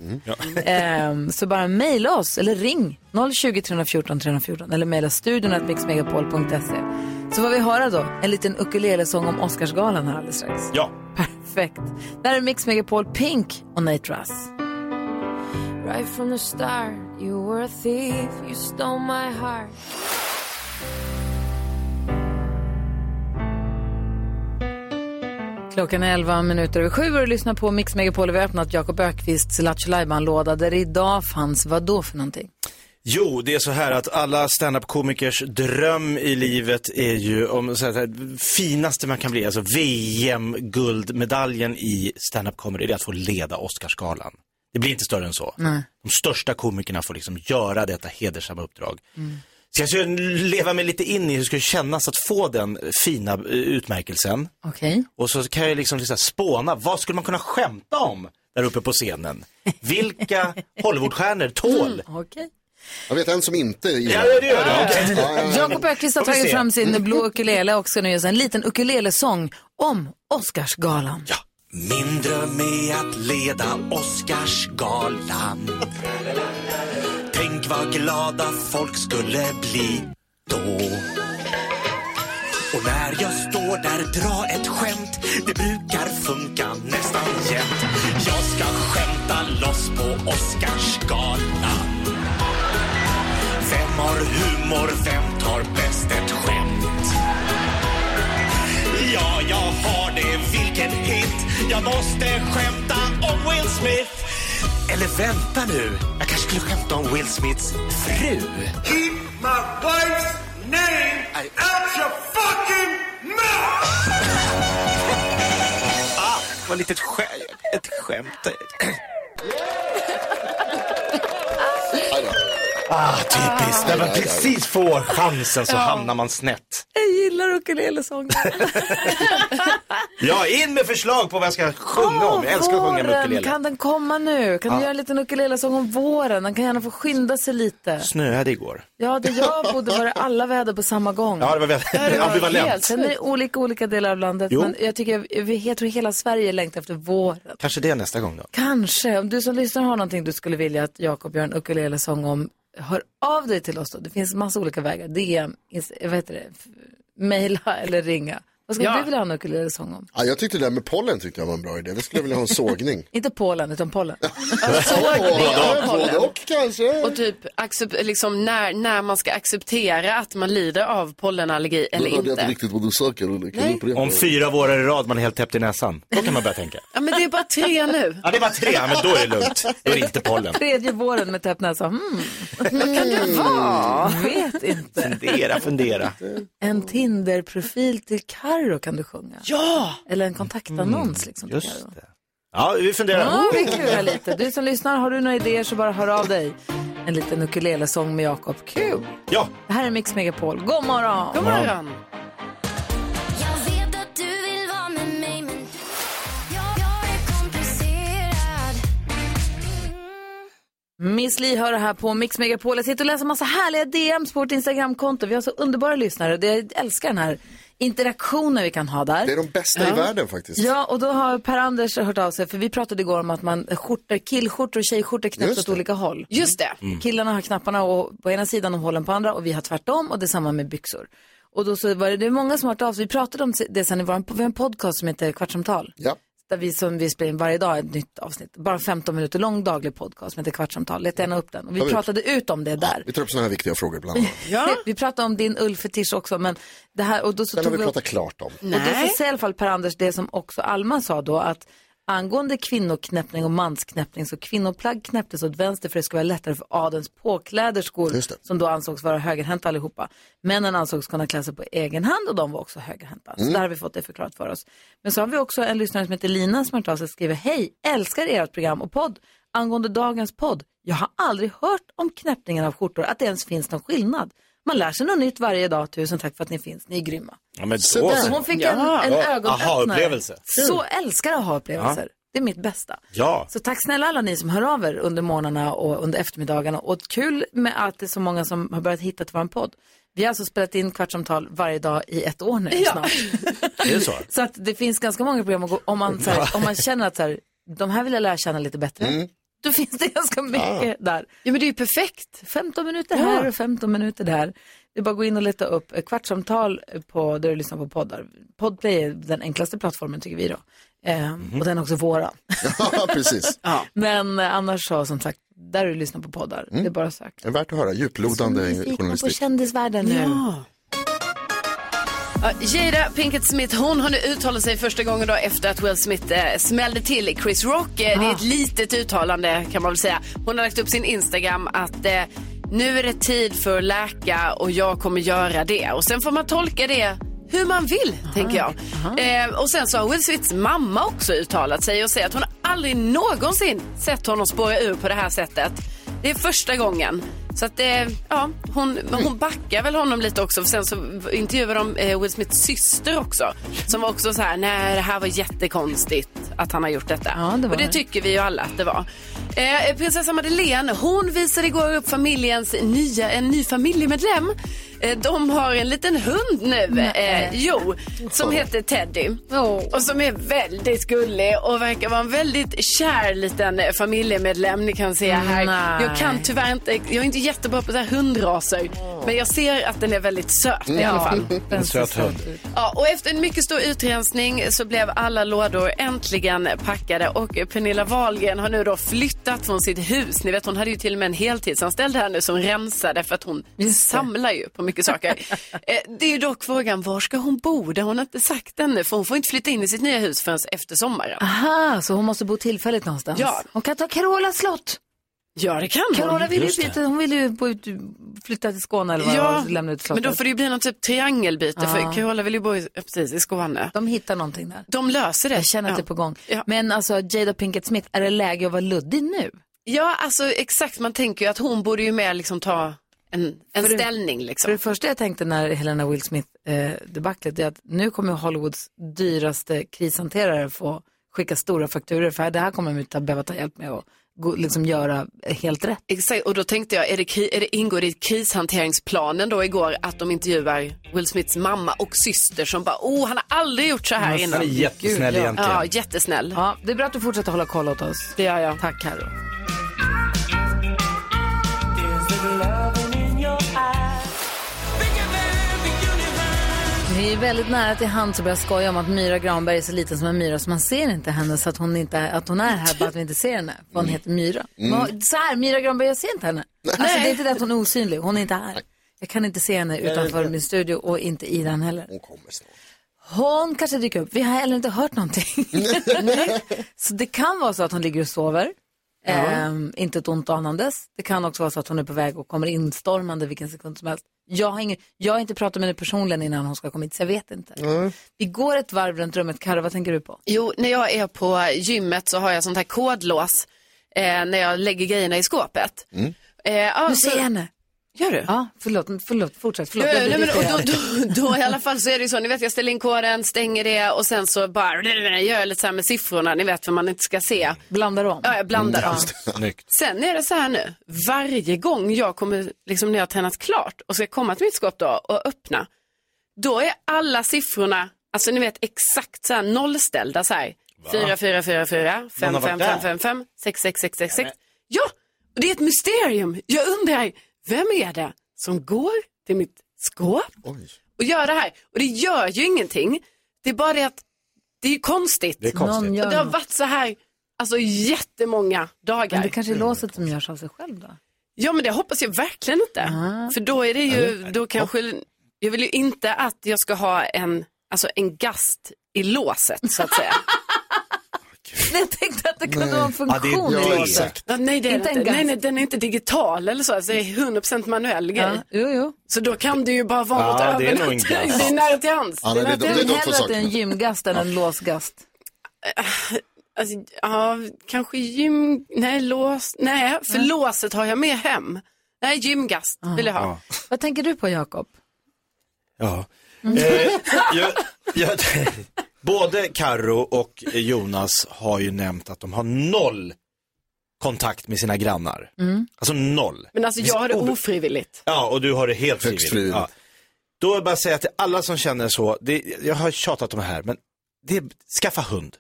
Speaker 2: Ehm, så bara mejla oss eller ring 020 314 314 eller mejla studion at mixmegapol.se. Så vad vi höra då, en liten ukulelesång om Oscarsgalan här alldeles strax.
Speaker 3: Ja.
Speaker 2: Perfekt. Där är Mix Megapol Pink och Nate Russ.
Speaker 8: Right from the start you were a thief, you stole my heart
Speaker 2: Klockan är 11 minuter över sju och du lyssnar på Mix Megapol och vi har öppnat Jakob Ökvists Lattjo låda där det idag fanns vad då för någonting?
Speaker 3: Jo, det är så här att alla standup-komikers dröm i livet är ju om så här, finaste man kan bli, alltså VM-guldmedaljen i standup comedy, det är att få leda Oscarsgalan. Det blir inte större än så. De största komikerna får liksom göra detta hedersamma uppdrag. Så jag ska leva mig lite in i hur det skulle kännas att få den fina eh, utmärkelsen.
Speaker 2: Okej.
Speaker 3: Och så kan jag liksom liksom spåna, vad skulle man kunna skämta om där uppe på scenen? Vilka Hollywoodstjärnor tål?
Speaker 2: Okej.
Speaker 5: Jag vet en som inte
Speaker 3: Ja,
Speaker 5: gillar
Speaker 3: det gör det. Okej.
Speaker 2: Jakob Ökvist har
Speaker 3: Får vi
Speaker 2: tagit
Speaker 3: se.
Speaker 2: fram sin blå ukulele och ska nu göra en liten ukulelesång om Oscarsgalan.
Speaker 3: Ja. Min dröm är att leda Oscarsgalan. Tänk vad glada folk skulle bli då. Och när jag står där, dra ett skämt. Det brukar funka nästan jämt. Jag ska skämta loss på Oscarsgalan. Vem har humor? Vem tar bäst ett skämt? Ja, jag har det, vilken hit Jag måste skämta om Will Smith Eller vänta nu, jag kanske skulle skämta om Will Smiths fru
Speaker 9: Keep my wife's name out your fucking mouth!
Speaker 3: Ah, Det var lite ett, skä ett skämt
Speaker 5: Aj då.
Speaker 3: Ah, typiskt, när man
Speaker 5: aj, aj.
Speaker 3: precis får chansen så hamnar man snett
Speaker 2: Jag gillar ukulelesången.
Speaker 3: Ja, in med förslag på vad jag ska sjunga om Jag älskar att sjunga med
Speaker 2: våren,
Speaker 3: ukulele
Speaker 2: kan den komma nu? Kan du göra en liten ukulelesång om våren? Den kan gärna få skynda sig lite.
Speaker 3: Snöade igår
Speaker 2: Ja, där jag bodde var det alla väder på samma gång.
Speaker 3: Ja, det var väldigt
Speaker 2: Helt.
Speaker 3: ambivalent
Speaker 2: Sen är det olika olika delar av landet.
Speaker 3: Jo.
Speaker 2: Men jag, tycker, vi- jag tror hela Sverige längtar efter våren.
Speaker 3: Kanske det nästa gång då
Speaker 2: Kanske, om du som lyssnar har någonting du skulle vilja att Jakob gör en ukulelesång om, hör av dig till oss då. Det finns massa olika vägar. DM, ins- vad heter det, F- mejla eller ringa. Vad skulle
Speaker 6: Ja.
Speaker 2: du vilja ha en ukulelesång om?
Speaker 5: Ja, jag tyckte det där med pollen tyckte jag var en bra idé. Det skulle jag vilja ha en sågning.
Speaker 2: Inte Polen, utan Polen.
Speaker 6: Sågning och
Speaker 5: Både
Speaker 6: pollen.
Speaker 5: och kanske.
Speaker 6: Och typ accep- liksom när, när man ska acceptera att man lider av pollenallergi eller
Speaker 5: Jag hörde inte
Speaker 6: inte.
Speaker 5: riktigt vad du sa Karin. Kan du upprepa
Speaker 3: Om
Speaker 5: det?
Speaker 3: fyra vårar i rad man är helt täppt i näsan Då kan man börja tänka
Speaker 6: Ja, men det är bara tre nu.
Speaker 3: Ja, det var tre, ja, men då är det lugnt Då är det inte pollen
Speaker 2: Tredje våren med täppt näsa. Mm. Vad kan det vara? Vet inte.
Speaker 3: Fundera, fundera.
Speaker 2: En Tinder-profil till Kar Carro kan du sjunga.
Speaker 3: Ja! Mm,
Speaker 2: Eller en kontaktannons. Liksom, tycker jag då.
Speaker 3: Ja, vi funderar.
Speaker 2: Ja, vi klurar lite. Du som lyssnar, har du några idéer så bara hör av dig. En liten ukulelesång med Jakob. Kul!
Speaker 3: Ja.
Speaker 2: Det här är Mix Megapol. God morgon!
Speaker 6: God morgon.
Speaker 8: Jag vet att du vill vara med mig men jag, jag är komplicerad
Speaker 2: Miss Li hör det här på Mix Megapol. Jag sitter och läser massa härliga DMs på vårt Instagramkonto. Vi har så underbara lyssnare. Det- Jag älskar den här interaktionen vi kan ha där.
Speaker 5: Det är de bästa i världen faktiskt.
Speaker 2: Ja, och då har Per-Anders hört av sig, för vi pratade igår om att man skjortor, killskjortor och tjejskjortor knäpps
Speaker 6: Just
Speaker 2: åt
Speaker 6: det.
Speaker 2: olika håll.
Speaker 6: Just det.
Speaker 2: Mm. Killarna har knapparna och, på ena sidan och hålen på andra och vi har tvärtom och det är samma med byxor. Och då så var det, det är många som har hört av sig, vi pratade om det sen i vår, vi har en podcast som heter Kvartsamtal.
Speaker 5: Ja.
Speaker 2: Där vi, som vi spelar in varje dag ett nytt avsnitt, bara 15 minuter lång daglig podcast som heter Kvartsamtal. Leta gärna upp den. Och vi
Speaker 5: Har vi gjort?
Speaker 2: pratade ut om det där.
Speaker 5: Vi tar upp sådana här viktiga frågor ibland. annat.
Speaker 2: vi pratade om din ullfetisch också, men det här, och då så
Speaker 5: Den har
Speaker 2: tog
Speaker 5: vi
Speaker 2: vi upp Mm.
Speaker 5: pratat klart om.
Speaker 2: och då så säger i alla fall Per-Anders det som också Alma sa då att angående kvinnoknäppning och mansknäppning så kvinnoplagg knäpptes åt vänster för det skulle vara lättare för adens påkläderskor som då ansågs vara högerhänta allihopa. Männen ansågs kunna klä sig på egen hand och de var också högerhänta. Så
Speaker 10: Mm.
Speaker 2: där har vi fått det förklarat för oss. Men så har vi också en lyssnare som heter Lina som har hört av sig och skriver Hej, älskar ert program och podd. Angående dagens podd, jag har aldrig hört om knäppningen av skjortor, att det ens finns någon skillnad. Man lär sig något nytt varje dag. Tusen tack för att ni finns, ni är grymma.
Speaker 3: Ja, men
Speaker 2: Så
Speaker 3: då
Speaker 2: där.
Speaker 3: så.
Speaker 2: Hon fick en,
Speaker 3: Ja.
Speaker 2: en
Speaker 3: Ja,
Speaker 2: ögonöppnare.
Speaker 3: aha-upplevelse. Mm.
Speaker 2: Så älskar aha-upplevelser.
Speaker 3: Ja.
Speaker 2: Det är mitt bästa.
Speaker 3: Ja.
Speaker 2: Så tack snälla alla ni som hör av er under morgnarna och under eftermiddagarna. Och kul med att det är så många som har börjat hitta till vår podd. Vi har alltså spelat in kvartsamtal varje dag i ett år nu snart.
Speaker 3: Det är så.
Speaker 2: Så att det finns ganska många program att gå, om man, så här, om man känner att så här, de här vill jag lära känna lite bättre.
Speaker 3: Mm.
Speaker 2: Då finns det ganska mycket där.
Speaker 6: Ja men det är ju perfekt.
Speaker 2: 15 minuter här och 15 minuter där. Det är bara att gå in och leta upp eh, kvartsamtal på, där du lyssnar på poddar. Podplay är den enklaste plattformen tycker vi då. Eh, Och den är också våran.
Speaker 5: Ja, precis.
Speaker 2: Men eh, annars så som sagt, där du lyssnar på poddar, det är bara sök.
Speaker 5: Det är värt att höra, djuplodande
Speaker 2: Nyfikna på
Speaker 5: journalistik.
Speaker 2: kändisvärlden nu.
Speaker 6: Ja. Ja, Jada Pinkett Smith hon har nu uttalat sig första gången då efter att Will Smith eh, smällde till Chris Rock. Eh, Det är ett litet uttalande kan man väl säga. Hon har lagt upp sin Instagram att eh, nu är det tid för att läka och jag kommer göra det. Och sen får man tolka det hur man vill, tänker jag. Eh, och sen så har Will Smiths mamma också uttalat sig och säger att hon aldrig någonsin sett honom spåra ur på det här sättet. Det är första gången. Så att, eh, ja, hon, hon backar väl honom lite också. För sen så intervjuade de eh, Will Smiths syster också. Som var också så här, nej det här var jättekonstigt att han har gjort detta.
Speaker 2: det var
Speaker 6: och det
Speaker 2: det.
Speaker 6: tycker vi ju alla att det var. Eh, prinsessa Madeleine, hon visade igår upp familjens nya, en ny familjemedlem. Eh, de har en liten hund nu. Eh, jo, som heter Teddy. Och som är väldigt gullig och verkar vara en väldigt kär liten eh, familjemedlem. Ni kan se här.
Speaker 2: Nej.
Speaker 6: Jag kan tyvärr inte, jag är inte jättebra på så här hundraser. Men jag ser att den är väldigt söt i alla fall.
Speaker 3: En söt hund.
Speaker 6: Ja, och efter en mycket stor utrensning så blev alla lådor äntligen packade och Pernilla Wahlgren har nu då flyttat från sitt hus. Ni vet hon hade ju till och med en heltidsanställd här nu som rensade för att hon samlar ju på mycket saker. Eh, Det är ju dock frågan var ska hon bo? Det har hon inte sagt ännu för hon får inte flytta in i sitt nya hus förrän efter sommaren.
Speaker 2: Aha, så hon måste bo tillfälligt någonstans.
Speaker 6: Ja.
Speaker 2: Hon kan ta Carolas slott.
Speaker 6: Ja, det kan hon.
Speaker 2: Carola vill ju,
Speaker 6: Just det.
Speaker 2: flytta, hon vill ju bo ut, flytta till Skåne eller vad
Speaker 6: Ja,
Speaker 2: och lämna ut slottet.
Speaker 6: men då får det ju bli någon typ triangelbyte
Speaker 2: Ja.
Speaker 6: för Carola vill ju bo i, precis, i Skåne.
Speaker 2: De hittar någonting där.
Speaker 6: De löser det.
Speaker 2: Jag känner att
Speaker 6: Ja.
Speaker 2: det är på gång. Men alltså Jada Pinkett Smith, är det läge att vara luddig nu?
Speaker 6: Ja, alltså exakt. Man tänker ju att hon borde ju mer liksom ta en, en
Speaker 2: För det-
Speaker 6: ställning. Liksom.
Speaker 2: För det första jag tänkte när Helena Will Smith-debaclet är att nu kommer Hollywoods dyraste krishanterare få skicka stora fakturer för det här kommer de att behöva ta hjälp med och gå, liksom göra helt rätt.
Speaker 6: Exakt, och då tänkte jag, är det, kri- är det, ingår det i krishanteringsplanen då igår att de intervjuar Will Smiths mamma och syster som bara, oh han har aldrig gjort så här
Speaker 2: alltså,
Speaker 3: Han är
Speaker 6: innan.
Speaker 3: jättesnäll
Speaker 6: Gud, ja.
Speaker 3: egentligen.
Speaker 6: Ja, jättesnäll.
Speaker 2: Ja, det är bra att du fortsätter hålla koll åt oss.
Speaker 6: Det gör jag.
Speaker 2: Tack Carro. Vi är väldigt nära till hand så börjar skoja om att Myra Granberg är så liten som en myra så man ser inte henne så att hon, inte, att hon är här bara att vi inte ser henne. För hon heter Myra.
Speaker 10: Mm.
Speaker 2: Men, så här, Myra Granberg, jag ser inte henne. Alltså, det är inte det att hon är osynlig, hon är inte här. Jag kan inte se henne utanför min studio och inte i den heller.
Speaker 5: Hon kommer snart.
Speaker 2: Hon kanske dyker upp. Vi har heller inte hört någonting. så det kan vara så att hon ligger och sover. Ehm, inte ett ont anandes. Det kan också vara så att hon är på väg och kommer instormande vilken sekund som helst. Jag har, ingen, jag har inte pratat med henne personligen innan hon ska komma hit, så jag vet inte. Vi går ett varv runt rummet. Karo, vad tänker du på?
Speaker 6: Jo, när jag är på gymmet så har jag sånt här kodlås eh, när jag lägger grejerna i skåpet. Eh,
Speaker 2: Du ser henne.
Speaker 6: Gör du?
Speaker 2: Ja, förlåt, förlåt, fortsätt. Förlåt,
Speaker 6: Ja,
Speaker 2: jag blir
Speaker 6: nej, men, och
Speaker 2: irriterad.
Speaker 6: då, då, då i alla fall så är det ju så, ni vet jag ställer in koden, stänger det och sen så bara gör jag lite så här med siffrorna, ni vet vad man inte ska se.
Speaker 2: Blandar om?
Speaker 6: Ja, jag
Speaker 3: Mm,
Speaker 6: blandar om.
Speaker 3: Snyggt.
Speaker 6: Sen är det så här nu, varje gång jag kommer, liksom när jag har tränat klart och ska komma till mitt skåp då och öppna, då är alla siffrorna, alltså ni vet exakt så här nollställda så här. fyra fyra fyra fyra
Speaker 10: Man har
Speaker 6: fem
Speaker 10: varit
Speaker 6: fem
Speaker 10: där.
Speaker 6: fem fem fem sex sex sex sex sex Ja, och det är ett mysterium. Jag undrar, vem är det som går till mitt skåp och gör det här? Och det gör ju ingenting. Det är bara det att det är ju konstigt.
Speaker 2: Det är konstigt. Någon gör
Speaker 6: Och det har
Speaker 2: något.
Speaker 6: varit så här, alltså jättemånga dagar.
Speaker 2: Men det kanske är låset som görs av sig själv då?
Speaker 6: Ja, men det hoppas jag verkligen inte.
Speaker 2: Ah.
Speaker 6: För då är det ju, då kanske, jag vill ju inte att jag ska ha en, alltså en gast i låset så att säga.
Speaker 2: Jag tänkte att det kunde
Speaker 6: Nej.
Speaker 2: vara en funktion i låset.
Speaker 6: Ja, nej, det är inte
Speaker 2: Inte en
Speaker 6: inte.
Speaker 2: gast.
Speaker 6: nej, nej, den är inte digital eller så. Alltså, det är 100% manuell grej.
Speaker 2: Ja, jo, jo.
Speaker 6: Så då kan det ju bara vara
Speaker 3: Ja,
Speaker 6: något
Speaker 3: det är nog en
Speaker 6: övernaturligt.
Speaker 3: gast.
Speaker 6: Det är nära till hands.
Speaker 3: Ja, nej, det-
Speaker 6: nära till
Speaker 3: det är
Speaker 6: hands.
Speaker 3: de två
Speaker 2: Hellre att det är en gymgast än en låsgast.
Speaker 6: Alltså, ja, kanske gym... Nej, lås... Nej, för låset har jag med hem. Nej, gymgast
Speaker 11: Ah.
Speaker 6: vill jag ha.
Speaker 3: Ja.
Speaker 2: Vad tänker du på Jakob?
Speaker 3: Ja.
Speaker 2: Mm.
Speaker 3: Eh, jag, jag, både Karo och Jonas har ju nämnt att de har noll kontakt med sina grannar.
Speaker 2: Mm.
Speaker 3: Alltså noll.
Speaker 6: Men alltså jag har det ofrivilligt.
Speaker 3: Ja, och du har det helt
Speaker 5: Högst
Speaker 3: frivilligt. Ja. Då är det bara att säga till alla som känner så, det, jag har tjatat om det här, men det, är- skaffa hund.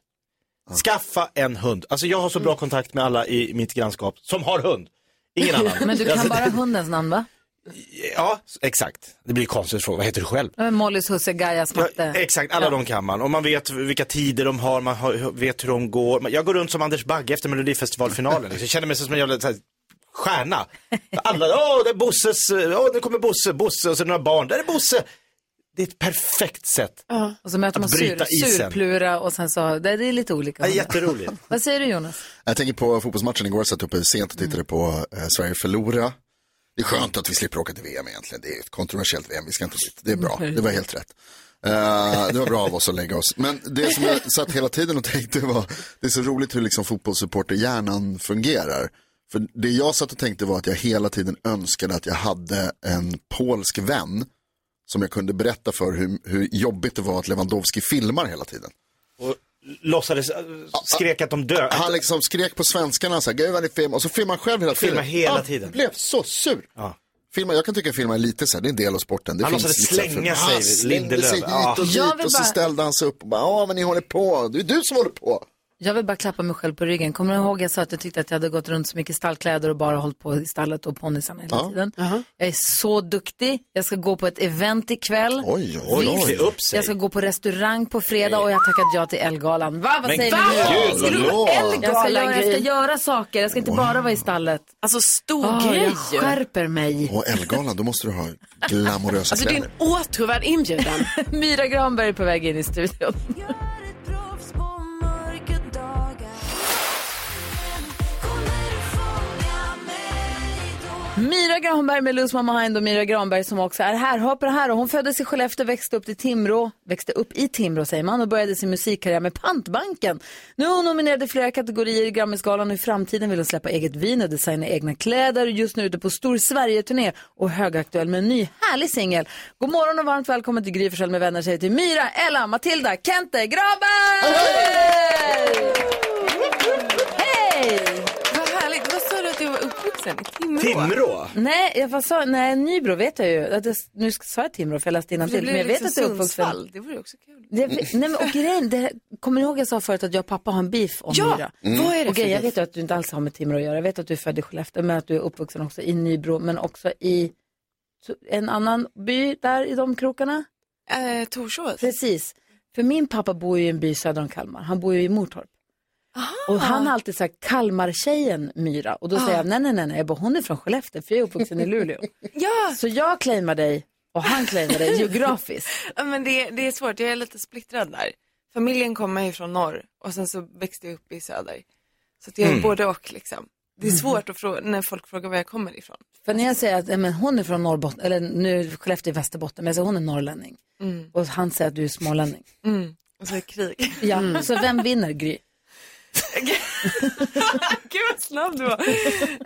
Speaker 3: Skaffa en hund. Alltså jag har så
Speaker 2: Mm.
Speaker 3: bra kontakt med alla i mitt grannskap som har hund. Ingen annan.
Speaker 2: Men du kan
Speaker 3: Alltså,
Speaker 2: bara hundens namn va?
Speaker 3: Ja, exakt. Det blir konstigt fråga, vad heter du själv?
Speaker 2: Ja, men Mollys husse, Gajas matte.
Speaker 3: Exakt, alla de kan man. Och man vet vilka tider de har, man har, vet hur de går. Jag går runt som Anders Bagge efter Melodifestivalfinalen. liksom. Jag känner mig som en jävla så här, stjärna. Alla, åh, det är Bosses, eh, åh, nu kommer Bosse, Bosse och så några barn, där är Bosse. Det är ett perfekt sätt.
Speaker 2: Och så möter
Speaker 3: Att
Speaker 2: man
Speaker 3: bryta
Speaker 2: sur,
Speaker 3: isen.
Speaker 2: surplura och sen så, det det är lite olika.
Speaker 5: Ja, jätteroligt.
Speaker 2: Vad säger du Jonas?
Speaker 5: Jag tänker på fotbollsmatchen igår, jag satt uppe sent och tittade på eh, Sverige förlora. Det är skönt att vi slipper åka till VM egentligen. Det är ett kontroversiellt VM, vi ska inte dit. Det är bra, det var helt rätt. Eh, det var bra av oss att lägga oss. Men det som jag satt hela tiden och tänkte var, det är så roligt hur liksom fotbollssupporterhjärnan fungerar. För det jag satt och tänkte var att jag hela tiden önskade att jag hade en polsk vän som jag kunde berätta för hur, hur jobbigt det var att Lewandowski filmar hela tiden.
Speaker 3: Och låtsades, äh, skrek att de dör.
Speaker 5: Han liksom skrek på svenskarna så här, gud vad ni filmar, och så filmar han själv hela tiden.
Speaker 3: Filmar hela
Speaker 5: Ja,
Speaker 3: tiden.
Speaker 5: Jag blev så sur.
Speaker 3: Ja.
Speaker 5: Filma, jag kan tycka att filma är lite så här, det är en del av sporten. Det
Speaker 3: Han
Speaker 5: finns
Speaker 3: låtsades
Speaker 5: lite så här
Speaker 3: slänga
Speaker 5: film.
Speaker 3: sig,
Speaker 5: Han slängde
Speaker 3: Lindelöf.
Speaker 5: sig hit
Speaker 3: Ja.
Speaker 5: och
Speaker 2: Jag
Speaker 5: dit
Speaker 2: vill
Speaker 5: och så
Speaker 2: bara-
Speaker 5: ställde han sig upp och bara, ja men ni håller på, det är du som håller på.
Speaker 2: Jag vill bara klappa mig själv på ryggen. Kommer du ihåg jag sa att jag tyckte att jag hade gått runt så mycket stallkläder och bara hållit på i stallet och ponnysarna hela
Speaker 5: Ja.
Speaker 2: tiden. Jag är så duktig. Jag ska gå på ett event ikväll.
Speaker 5: Oj, oj,
Speaker 2: Visst.
Speaker 5: oj. upp sig.
Speaker 2: Jag ska gå på restaurang på fredag och jag har tackat ja till Elgalan. Va, vad
Speaker 6: Men
Speaker 2: säger
Speaker 6: va?
Speaker 2: ni?
Speaker 6: Gud, vad bra.
Speaker 2: jag, ska göra, jag ska
Speaker 6: Elgalan-grej.
Speaker 2: göra saker, jag ska inte bara vara i stallet.
Speaker 6: Alltså stor
Speaker 2: Ah,
Speaker 6: grej.
Speaker 2: Jag skärper mig.
Speaker 5: Och Ellegalan, då måste du ha glamorösa
Speaker 6: Alltså det är en
Speaker 5: kläder.
Speaker 6: åtråvärd inbjudan.
Speaker 2: Myra Granberg är på väg in i studion. Mira Granberg med Luz Mama Hind och Mira Granberg som också är här. Hör på det här då. Hon föddes i Skellefteå, växte upp, till Timrå, växte upp i Timrå säger man och började sin musikkarriär med Pantbanken. Nu är hon nominerad i flera kategorier i Grammisgalan och i framtiden vill hon släppa eget vin och designa egna kläder. Just nu ute på stor Sverige-turné och högaktuell med en ny härlig singel. God morgon och varmt välkommen till Gry Forssell med vänner säger till Myra, Ella, Matilda, Kente, Granberg! Hej!
Speaker 11: Vad härligt. Vad sa du att du var uppvuxen i? Timrå? Alltså,
Speaker 3: Timrå?
Speaker 2: Nej, jag vad sa, nej, Nybro vet jag ju. Att jag, nu ska- sa jag Timrå för jag läste
Speaker 11: Det
Speaker 2: innantill.
Speaker 11: blir
Speaker 2: Men jag vet
Speaker 11: liksom
Speaker 2: att jag är uppvuxen.
Speaker 11: Sundsvall. Det vore också kul.
Speaker 2: Det, nej, men, och grejen, det, kommer ni ihåg jag sa förut att jag och pappa har en beef om
Speaker 11: Ja,
Speaker 2: Myra?
Speaker 11: Mm. vad är det
Speaker 2: och
Speaker 11: för
Speaker 2: grejen, Jag
Speaker 11: beef?
Speaker 2: vet ju att du inte alls har med Timrå att göra. Jag vet att du är född i Skellefteå, men att du är uppvuxen också i Nybro, men också i to- en annan by där i de krokarna.
Speaker 11: Eh, Torsås?
Speaker 2: Precis. För min pappa bor ju i en by söder om Kalmar. Han bor ju i Mortorp. Och han har alltid sagt Kalmartjejen Myra. Och då säger jag nej, nej, nej, nej. Jag bara, hon är från Skellefteå för jag är uppvuxen i Luleå.
Speaker 11: ja.
Speaker 2: Så jag claimar dig och han claimar dig geografiskt.
Speaker 11: Ja, men det, det är svårt, jag är lite splittrad där. Familjen kommer ju från norr och sen så växte jag upp i söder. Så att jag är
Speaker 2: Mm.
Speaker 11: både och liksom. Det är
Speaker 2: Mhm.
Speaker 11: svårt att fråga, när folk frågar var jag kommer ifrån.
Speaker 2: För när jag säger att eh, men hon är från Norrbotten, eller nu är Skellefteå i Västerbotten, men jag säger hon är norrlänning.
Speaker 11: Mm.
Speaker 2: Och han säger att du är smålänning.
Speaker 11: Mm. Och så är det krig.
Speaker 2: Ja, så vem vinner Gry?
Speaker 11: Gud vad snabb du var.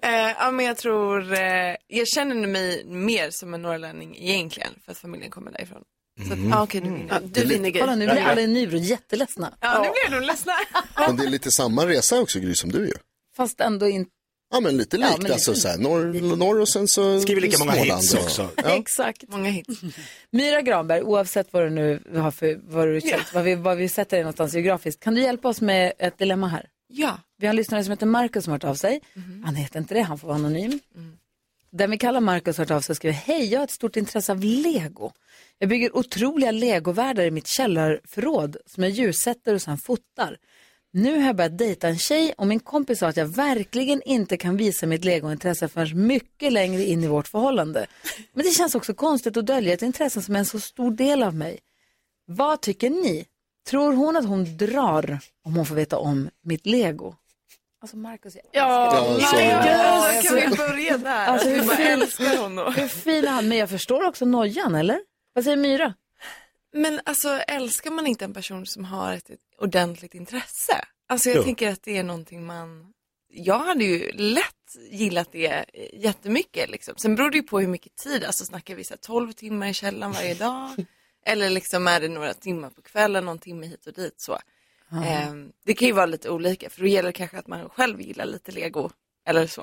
Speaker 11: Eh, ja, men jag tror, eh, jag känner mig mer som en norrlänning egentligen för att familjen kommer därifrån. Så att,
Speaker 5: Mm.
Speaker 11: ah, okej, du vinner.
Speaker 5: Ja, du vinner, Gry.
Speaker 2: Kolla nu blir alla i Nybro jätteledsna.
Speaker 11: Ja, nu blir de ledsna.
Speaker 5: Men det är lite samma resa också Gry som du gör.
Speaker 2: Fast ändå inte.
Speaker 5: Ja men lite
Speaker 2: Ja,
Speaker 5: likt
Speaker 2: men
Speaker 5: alltså
Speaker 2: lite-
Speaker 5: så här, norr, norr och sen så
Speaker 3: Skriver lika många
Speaker 5: Småland
Speaker 3: hits
Speaker 5: och-
Speaker 3: också.
Speaker 5: Ja.
Speaker 2: Exakt.
Speaker 11: Många hits.
Speaker 2: Myra Granberg, oavsett vad du nu har för, vad du känner, vad, vi, vad vi sätter dig någonstans geografiskt, kan du hjälpa oss med ett dilemma här?
Speaker 11: Ja.
Speaker 2: Vi har en lyssnare som heter Markus som har hört av sig. Han heter inte det, han får vara anonym. Den vi kallar Markus har hört av sig och skriver, hej, jag har ett stort intresse av lego. Jag bygger otroliga legovärldar i mitt källarförråd som jag ljussätter och sen fotar. Nu har jag börjat dejta en tjej och min kompis sa att jag verkligen inte kan visa mitt legointresse förrän mycket längre in i vårt förhållande. Men det känns också konstigt att dölja ett intresse som är en så stor del av mig. Vad tycker ni? Tror hon att hon drar om hon får veta om mitt lego? Alltså Marcus,
Speaker 6: Ja,
Speaker 2: alltså.
Speaker 11: Marcus! Kan vi
Speaker 2: Alltså.
Speaker 11: börja där?
Speaker 2: Alltså, hur
Speaker 11: jag bara
Speaker 2: fin-
Speaker 11: älskar honom.
Speaker 2: Hur fin är han? Men jag förstår också nojan, eller? Vad säger Myra?
Speaker 11: Men alltså älskar man inte en person som har ett ordentligt intresse? Alltså jag
Speaker 2: Jo.
Speaker 11: tänker att det är någonting man, jag hade ju lätt gillat det jättemycket liksom. Sen beror det ju på hur mycket tid, alltså snackar vi så här 12 timmar i källaren varje dag? Eller liksom är det några timmar på kvällen, någon timme hit och dit så.
Speaker 2: Ja.
Speaker 11: Ehm, det kan ju vara lite olika för då gäller det kanske att man själv gillar lite lego eller så.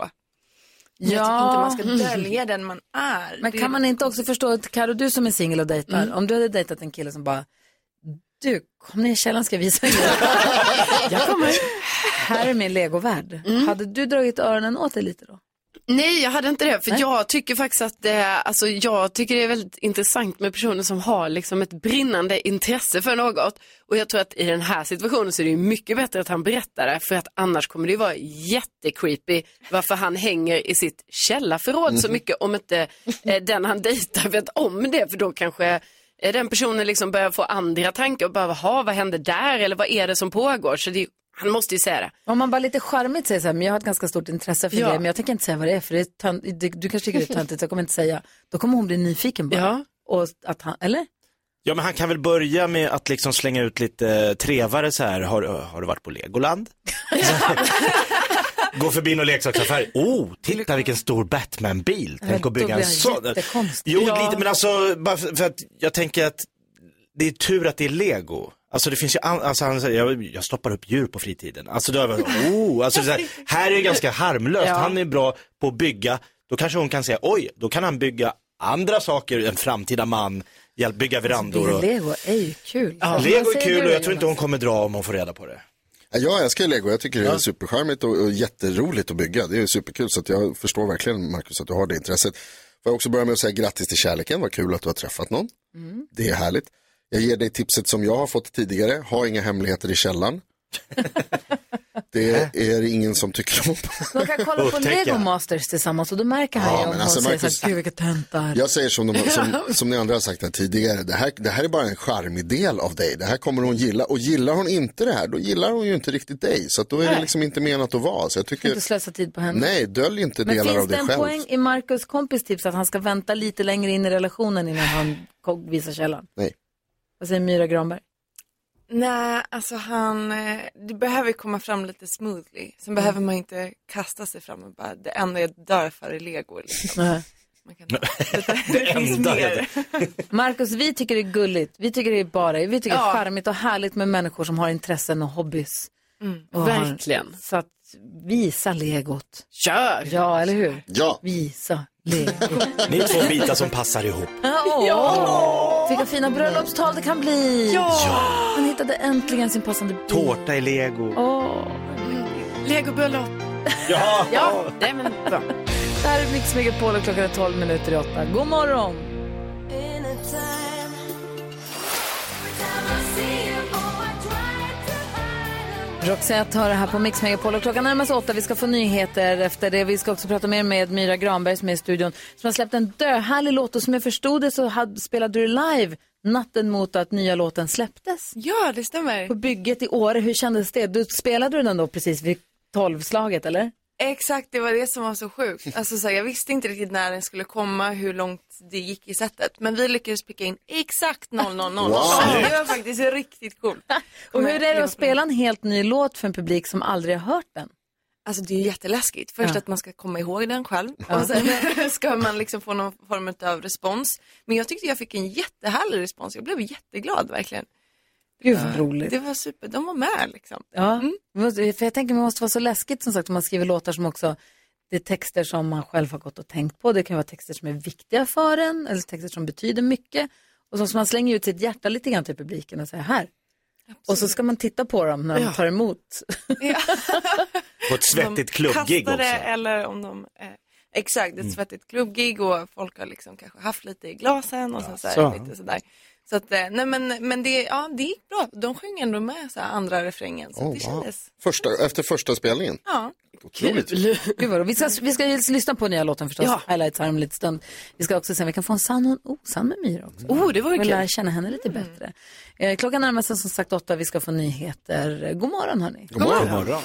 Speaker 11: Men Jag tycker inte man ska dölja den man är.
Speaker 2: Mm. Men
Speaker 11: Det- Mm.
Speaker 2: kan man inte också förstå, att Karo, du som är singel och dejtar, om du hade dejtat en kille som bara, du, kom ner i källaren ska jag visa dig. jag kommer. Här är min legovärld.
Speaker 11: Mm.
Speaker 2: Hade du dragit öronen åt dig lite då?
Speaker 6: Nej, jag hade inte det. För
Speaker 2: Nej.
Speaker 6: jag tycker faktiskt att det, alltså, jag tycker det är väldigt intressant med personer som har liksom ett brinnande intresse för något. Och jag tror att i den här situationen så är det ju mycket bättre att han berättar det. För att annars kommer det ju vara jättecreepy varför han hänger i sitt källarförråd så
Speaker 11: Mhm.
Speaker 6: mycket om inte eh, den han dejtar vet om det. För då kanske eh, den personen liksom börjar få andra tankar och bara, "Jaha, vad händer där? Eller vad är det som pågår? Så det, är ju- han måste ju säga det.
Speaker 2: Om man bara lite charmigt säger så här, men jag har ett ganska stort intresse för
Speaker 6: Ja.
Speaker 2: det, men jag tänker inte säga vad det är, för det är tönt, du, du kanske tycker det är töntigt, så jag kommer inte säga. Då kommer hon bli nyfiken bara. Och att han, eller?
Speaker 3: Ja men han kan väl börja med att liksom slänga ut lite trevare så här. Har, har du varit på Legoland? Gå förbi någon leksaksaffär. Oh, titta vilken stor Batman-bil. Tänk att bygga en sån. Jo, lite, men alltså, bara för för att jag tänker att det är tur att det är lego. Alltså det finns ju, an- alltså han säger, jag, jag stoppar upp djur på fritiden. Alltså då är jag bara, oh, alltså så här, här är det ganska harmlöst.
Speaker 10: Ja.
Speaker 3: Han är bra på att bygga, då kanske hon kan säga, oj, då kan han bygga andra saker, en framtida man, hjälp, bygga verandor.
Speaker 2: Bygga
Speaker 3: Och...
Speaker 2: lego är ju kul. Vad
Speaker 3: Lego är
Speaker 2: säger
Speaker 3: kul
Speaker 2: du,
Speaker 3: och jag tror inte
Speaker 2: Jonas?
Speaker 3: hon kommer dra om hon får reda på det.
Speaker 5: Ja, Jag älskar lego, jag tycker det är supercharmigt och, och jätteroligt att bygga. Det är superkul så att jag förstår verkligen Marcus att du har det intresset. Får jag också börja med att säga grattis till kärleken, vad kul att du har träffat någon.
Speaker 2: Mm.
Speaker 5: Det är härligt. Jag ger dig tipset som jag har fått tidigare, ha inga hemligheter i källaren. det är ingen som tycker om.
Speaker 2: De kan kolla på
Speaker 5: Upptäcka.
Speaker 2: Lego Masters tillsammans och då märker han
Speaker 5: Ja,
Speaker 2: ju om
Speaker 5: men
Speaker 2: hon
Speaker 5: alltså,
Speaker 2: säger
Speaker 5: Marcus-
Speaker 2: så här, gud vilka töntar.
Speaker 5: Jag säger som, de, som, som ni andra har sagt här tidigare, det här, det här är bara en charmig del av dig. Det här kommer hon gilla och gillar hon inte det här, då gillar hon ju inte riktigt dig. Så att då är det
Speaker 2: Nej.
Speaker 5: liksom inte menat att vara. Så jag
Speaker 2: Kan inte
Speaker 5: tycker,
Speaker 2: slösa tid på henne.
Speaker 5: nej, dölj inte
Speaker 2: Men
Speaker 5: delar
Speaker 2: finns
Speaker 5: av
Speaker 2: det
Speaker 5: dig
Speaker 2: en
Speaker 5: själv.
Speaker 2: poäng i Markus kompis tips att han ska vänta lite längre in i relationen innan han ko- visar källan?
Speaker 5: Nej.
Speaker 2: Vad säger Myra Granberg?
Speaker 11: Nej, alltså han, eh, det behöver komma fram lite smoothly.
Speaker 6: Mm.
Speaker 11: Sen behöver man inte kasta sig fram och bara, det enda jag dör för är lego. Liksom.
Speaker 2: Nej.
Speaker 11: det finns mer.
Speaker 2: Markus, vi tycker det är gulligt. Vi tycker det är bara, vi tycker det
Speaker 6: Ja.
Speaker 2: är charmigt och härligt med människor som har intressen och hobbys. Och har-
Speaker 6: Mm, Verkligen.
Speaker 2: Så att visa legot.
Speaker 6: Kör!
Speaker 2: Ja, eller hur?
Speaker 5: Ja.
Speaker 2: Visa lego.
Speaker 3: Ni är två bitar som passar ihop.
Speaker 2: Åh, Vilka fina bröllopstal det kan bli. Han hittade äntligen sin passande bil.
Speaker 3: Tårta i lego.
Speaker 2: Åh.
Speaker 6: Legobröllop.
Speaker 3: Ja.
Speaker 6: ja, nej men bra.
Speaker 2: Det här är Mix Megapol och klockan är 12 minuter i 8. God morgon! Roxette har det här på Mix Megapol och klockan närmar sig åtta. Vi ska få nyheter efter det. Vi ska också prata mer med Myra Granberg som är i studion som har släppt en döhärlig låt och som jag förstod det så hade, spelade du live natten mot att nya låten släpptes.
Speaker 11: Ja, det stämmer.
Speaker 2: På bygget i Åre, hur kändes det? Du spelade du den då precis vid tolvslaget eller?
Speaker 11: Exakt, det var det som var så sjukt. Alltså, så här, jag visste inte riktigt när den skulle komma, hur långt det gick i setet. Men vi lyckades picka in exakt 0000.
Speaker 2: Wow.
Speaker 11: Det var faktiskt riktigt coolt.
Speaker 2: Och hur är det att spela en helt ny låt för en publik som aldrig har hört den?
Speaker 11: Alltså det är ju jätteläskigt. Först
Speaker 2: Ja.
Speaker 11: att man ska komma ihåg den själv
Speaker 2: Ja.
Speaker 11: och sen ska man liksom få någon form av respons. Men jag tyckte jag fick en jättehärlig respons. Jag blev jätteglad verkligen.
Speaker 2: Gud vad roligt.
Speaker 11: Det var super, de var med liksom.
Speaker 2: Ja, Mm. måste- för jag tänker det måste vara så läskigt som sagt om man skriver låtar som också, det är texter som man själv har gått och tänkt på. Det kan vara texter som är viktiga för en eller texter som betyder mycket. Och så som man slänger ut sitt hjärta lite grann till publiken och säger här. Och så ska man titta på dem när de
Speaker 11: Ja.
Speaker 2: tar emot.
Speaker 3: På ett svettigt klubbgig
Speaker 11: Kastade
Speaker 3: också. Mm.
Speaker 11: eller om de, eh, exakt, ett svettigt klubbgig och folk har liksom kanske haft lite i glasen och sen så här,
Speaker 3: så.
Speaker 11: lite sådär. Så att, eh, nej men, men det, ja, det gick bra. De sjöng ändå med så här, andra refrängen. Så
Speaker 5: Oh,
Speaker 11: det
Speaker 5: wow.
Speaker 11: kändes,
Speaker 5: första, efter första spelningen.
Speaker 11: ja.
Speaker 5: Otroligt.
Speaker 2: Gud vad roligt. vi, ska, vi ska ju lyssna på nya låten förstås, highlights här om lite stund. Vi ska också se om vi kan få en sann och en osann med Myra också.
Speaker 11: Oh, det vore
Speaker 2: Och
Speaker 11: kul.
Speaker 2: lära känna henne lite bättre. Eh, klockan närmar sig som sagt åtta, vi ska få nyheter. God morgon hörni.
Speaker 3: God morgon. God morgon.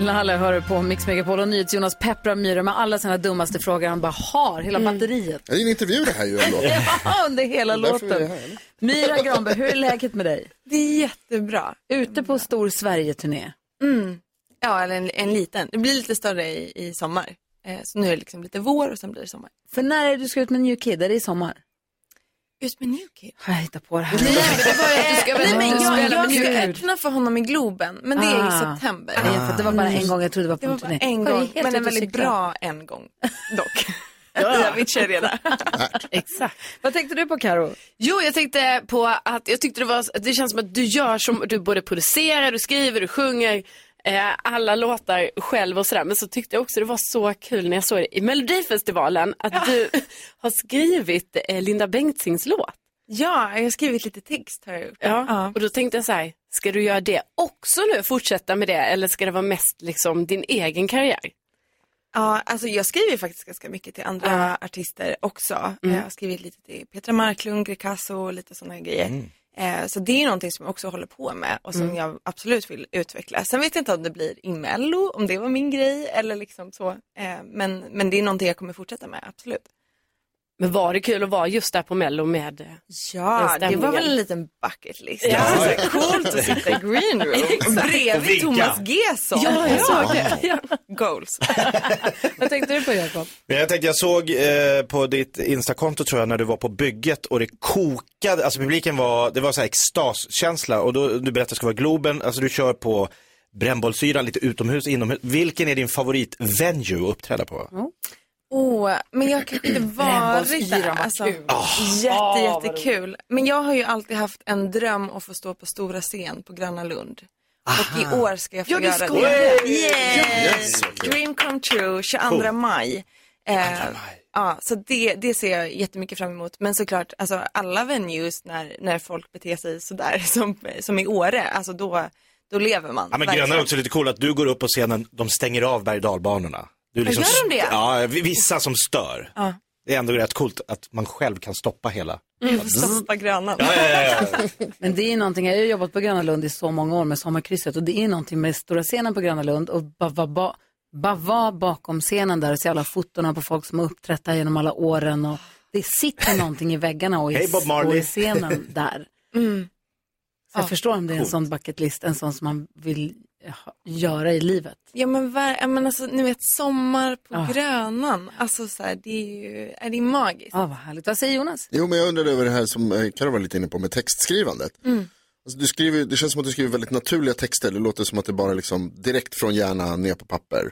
Speaker 2: Lalle hör du på Mix Megapol och NyhetsJonas pepprar Myra med alla sina dummaste frågor han bara har, hela batteriet.
Speaker 5: Det är en intervju det här ju ändå.
Speaker 2: Ja, Under hela
Speaker 5: Mm. Det är därför vi är
Speaker 2: låten.
Speaker 5: här, eller?
Speaker 2: Myra Granberg, hur är läget med dig?
Speaker 11: Det är jättebra.
Speaker 2: Ute på stor Sverige-turné.
Speaker 11: Mm. Ja, eller en, en liten. Det blir lite större i, i sommar. Eh, så nu är det liksom lite vår och sen blir det sommar.
Speaker 2: För när är det du ska ut med New Kid? Är det i sommar?
Speaker 11: Ut med New Kid.
Speaker 2: Jag hittar på det här.
Speaker 11: Nej, men jag,
Speaker 2: Spela
Speaker 11: jag,
Speaker 2: med New
Speaker 11: ska
Speaker 2: Kid.
Speaker 11: öppna för honom i Globen, men det är i september.
Speaker 2: Ah. Nej, för det var bara en gång, jag trodde det var på
Speaker 11: Det var bara en
Speaker 2: en turné. Var det
Speaker 11: gång,
Speaker 2: helt
Speaker 11: men
Speaker 2: ute
Speaker 11: en
Speaker 2: och
Speaker 11: väldigt
Speaker 2: cykla?
Speaker 11: bra en gång dock. Ja. Vi kör redan.
Speaker 2: Exakt. Vad tänkte du på Karo?
Speaker 6: Jo, jag tänkte på att jag tyckte det var, det känns som att du gör som, du både producerar, du skriver, du sjunger eh, alla låtar själv och sådär. Men så tyckte jag också det var så kul när jag såg det i Melodifestivalen att du har skrivit eh, Linda Bengtzings låt.
Speaker 11: Ja, jag har skrivit lite text har jag gjort.
Speaker 6: Ja. Och då tänkte jag så här, ska du göra det också nu, fortsätta med det eller ska det vara mest liksom din egen karriär?
Speaker 11: Ja, alltså jag skriver faktiskt ganska mycket till andra artister också.
Speaker 6: Mm.
Speaker 11: Jag har skrivit lite till Petra Marklund, Grecasso och lite sådana här grejer. Eh, Så det är någonting som jag också håller på med och som
Speaker 6: Mm.
Speaker 11: jag absolut vill utveckla. Sen vet jag inte om det blir i Mello, om det var min grej eller liksom så. Eh, Men, men det är någonting jag kommer fortsätta med, absolut.
Speaker 6: Men var det kul att vara just där på Mello med eh, den
Speaker 11: Ja, det
Speaker 6: stämningen?
Speaker 11: var väl en liten bucket list.
Speaker 6: Ja.
Speaker 11: Alltså, så här coolt att sitta i green room
Speaker 6: Och
Speaker 11: bredvid
Speaker 6: vinka.
Speaker 11: Thomas Gesson.
Speaker 6: Ja, jag såg det.
Speaker 11: Goals.
Speaker 2: Vad tänkte du på Jakob?
Speaker 3: Men Jag tänkte, jag såg eh, på ditt Instakonto tror jag när du var på bygget och det kokade, alltså publiken var, det var så här extaskänsla och då, du berättade att det ska vara Globen, alltså du kör på brännbollsyran lite utomhus, inomhus. Vilken är din favoritvenue att uppträda på?
Speaker 11: Åh, men jag kanske inte varit där.
Speaker 2: Brännbollsyra, vad
Speaker 11: Alltså,
Speaker 2: kul.
Speaker 11: jätte, jättekul. Men jag har ju alltid haft en dröm att få stå på stora scen på Gröna Lund. Och i år ska jag få
Speaker 6: Ja, du
Speaker 11: göra
Speaker 6: skojar.
Speaker 11: det.
Speaker 5: Yes,
Speaker 11: Yes!
Speaker 5: okej.
Speaker 11: Dream come true, 22
Speaker 3: Coolt.
Speaker 11: maj. Eh,
Speaker 6: Oh.
Speaker 11: ja, så det, det ser jag jättemycket fram emot. Men såklart, alltså, alla venues när, när folk beter sig sådär som, som i Åre, alltså då, då lever man.
Speaker 3: Ja men
Speaker 11: verkligen.
Speaker 3: Gröna är också lite cool att du går upp på scenen, de stänger av berg och dalbanorna. Du liksom
Speaker 11: gör de det?
Speaker 3: Ja, vi- vissa som stör.
Speaker 11: Ja.
Speaker 3: Det är ändå rätt coolt att man själv kan stoppa hela.
Speaker 11: Stoppa Grönan.
Speaker 2: Men det är ju någonting, jag har ju jobbat på Gröna Lund i så många år med Sommarkrysset och det är någonting med stora scenen på Gröna Lund och bara va, ba, bara vara bakom scenen där och se alla fotorna på folk som har uppträtt där genom alla åren och det sitter någonting i väggarna och i,
Speaker 3: Hej, Bob Marley.
Speaker 2: och i scenen där.
Speaker 11: Mm.
Speaker 2: Så jag förstår om det är en sån bucket list, en sån som man vill ha- göra i livet.
Speaker 11: Ja men, var, ja, men alltså, ni vet sommar på
Speaker 2: Ja.
Speaker 11: Grönan, alltså så här, det är ju är det är magiskt.
Speaker 2: Ja, vad härligt. Vad säger Jonas?
Speaker 5: Jo, men jag undrade över det här som eh, Karo var lite inne på med textskrivandet.
Speaker 2: Mm.
Speaker 5: Alltså, du skriver, det känns som att du skriver väldigt naturliga texter. Det låter som att det bara liksom direkt från hjärnan ner på papper.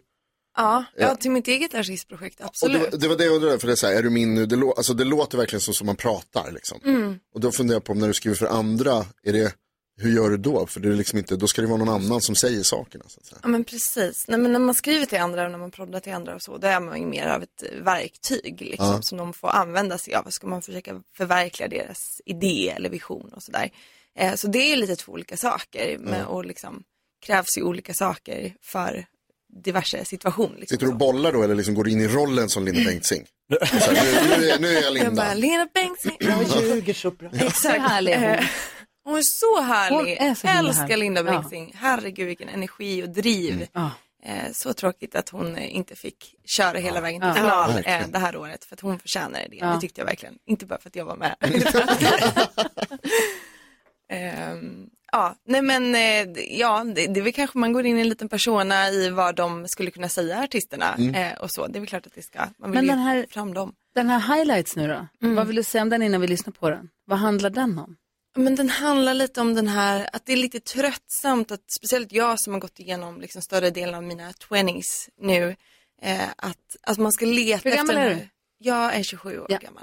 Speaker 11: Ja, ja.
Speaker 5: Ja.
Speaker 11: till mitt eget artistprojekt,
Speaker 5: Och det,
Speaker 11: absolut.
Speaker 5: var- det var det jag undrade, för det är så här, är du min nu? Det, lå, alltså, det låter verkligen så som man pratar. Liksom.
Speaker 11: Mm.
Speaker 5: Och då funderar jag på om när du skriver för andra, är det, hur gör du då? För det är liksom inte, då ska det vara någon annan som säger sakerna. Så att säga.
Speaker 11: Ja men precis, Nej, men när man skriver till andra och när man proddar till andra och så, då är man ju mer av ett eh, verktyg liksom,
Speaker 5: Ja.
Speaker 11: som de får använda sig av. Ska man försöka förverkliga deras idé eller vision och sådär. Eh, så det är ju lite två olika saker med, och liksom krävs ju olika saker för diverse situationer. Liksom,
Speaker 5: Sitter du och
Speaker 11: så.
Speaker 5: bollar då eller liksom går du in i rollen som Linda Bengtzing? Och så här, nu, nu, är- nu är jag
Speaker 11: Jag bara,
Speaker 5: Linda.
Speaker 11: Lena Bengtzing,
Speaker 3: Jag ljuger så bra.
Speaker 11: Exakt.
Speaker 2: Så härlig är hon.
Speaker 11: Eh, Hon är så härlig.
Speaker 6: Hon är så himla
Speaker 11: Älskar
Speaker 6: härlig.
Speaker 11: Linda
Speaker 6: Ja.
Speaker 11: Bengtzing. Herregud vilken energi och driv. Eh, Så tråkigt att hon eh, inte fick köra hela vägen till
Speaker 6: Ja.
Speaker 11: final eh,
Speaker 6: Verkligen.
Speaker 11: det här året för att hon förtjänade det.
Speaker 6: Ja.
Speaker 11: Det tyckte jag verkligen. Inte bara för att jag var med. Ehm, Ja, nej men eh, ja, det, det är väl kanske man går in i en liten persona i vad de skulle kunna säga artisterna
Speaker 2: Mm.
Speaker 11: eh, och så. Det är väl klart att det ska, man vill
Speaker 2: Men
Speaker 11: ju
Speaker 2: den här,
Speaker 11: fram dem.
Speaker 2: den här highlights nu då? Vad vill du säga om den innan vi lyssnar på den? Vad handlar den om?
Speaker 11: Men den handlar lite om den här, att det är lite tröttsamt att speciellt jag som har gått igenom liksom större delen av mina 20s nu, eh, att, att man ska leta
Speaker 2: Hur gammal
Speaker 11: efter den
Speaker 2: är
Speaker 11: här-
Speaker 2: du?
Speaker 11: Jag är 27 år
Speaker 2: Ja.
Speaker 11: gammal.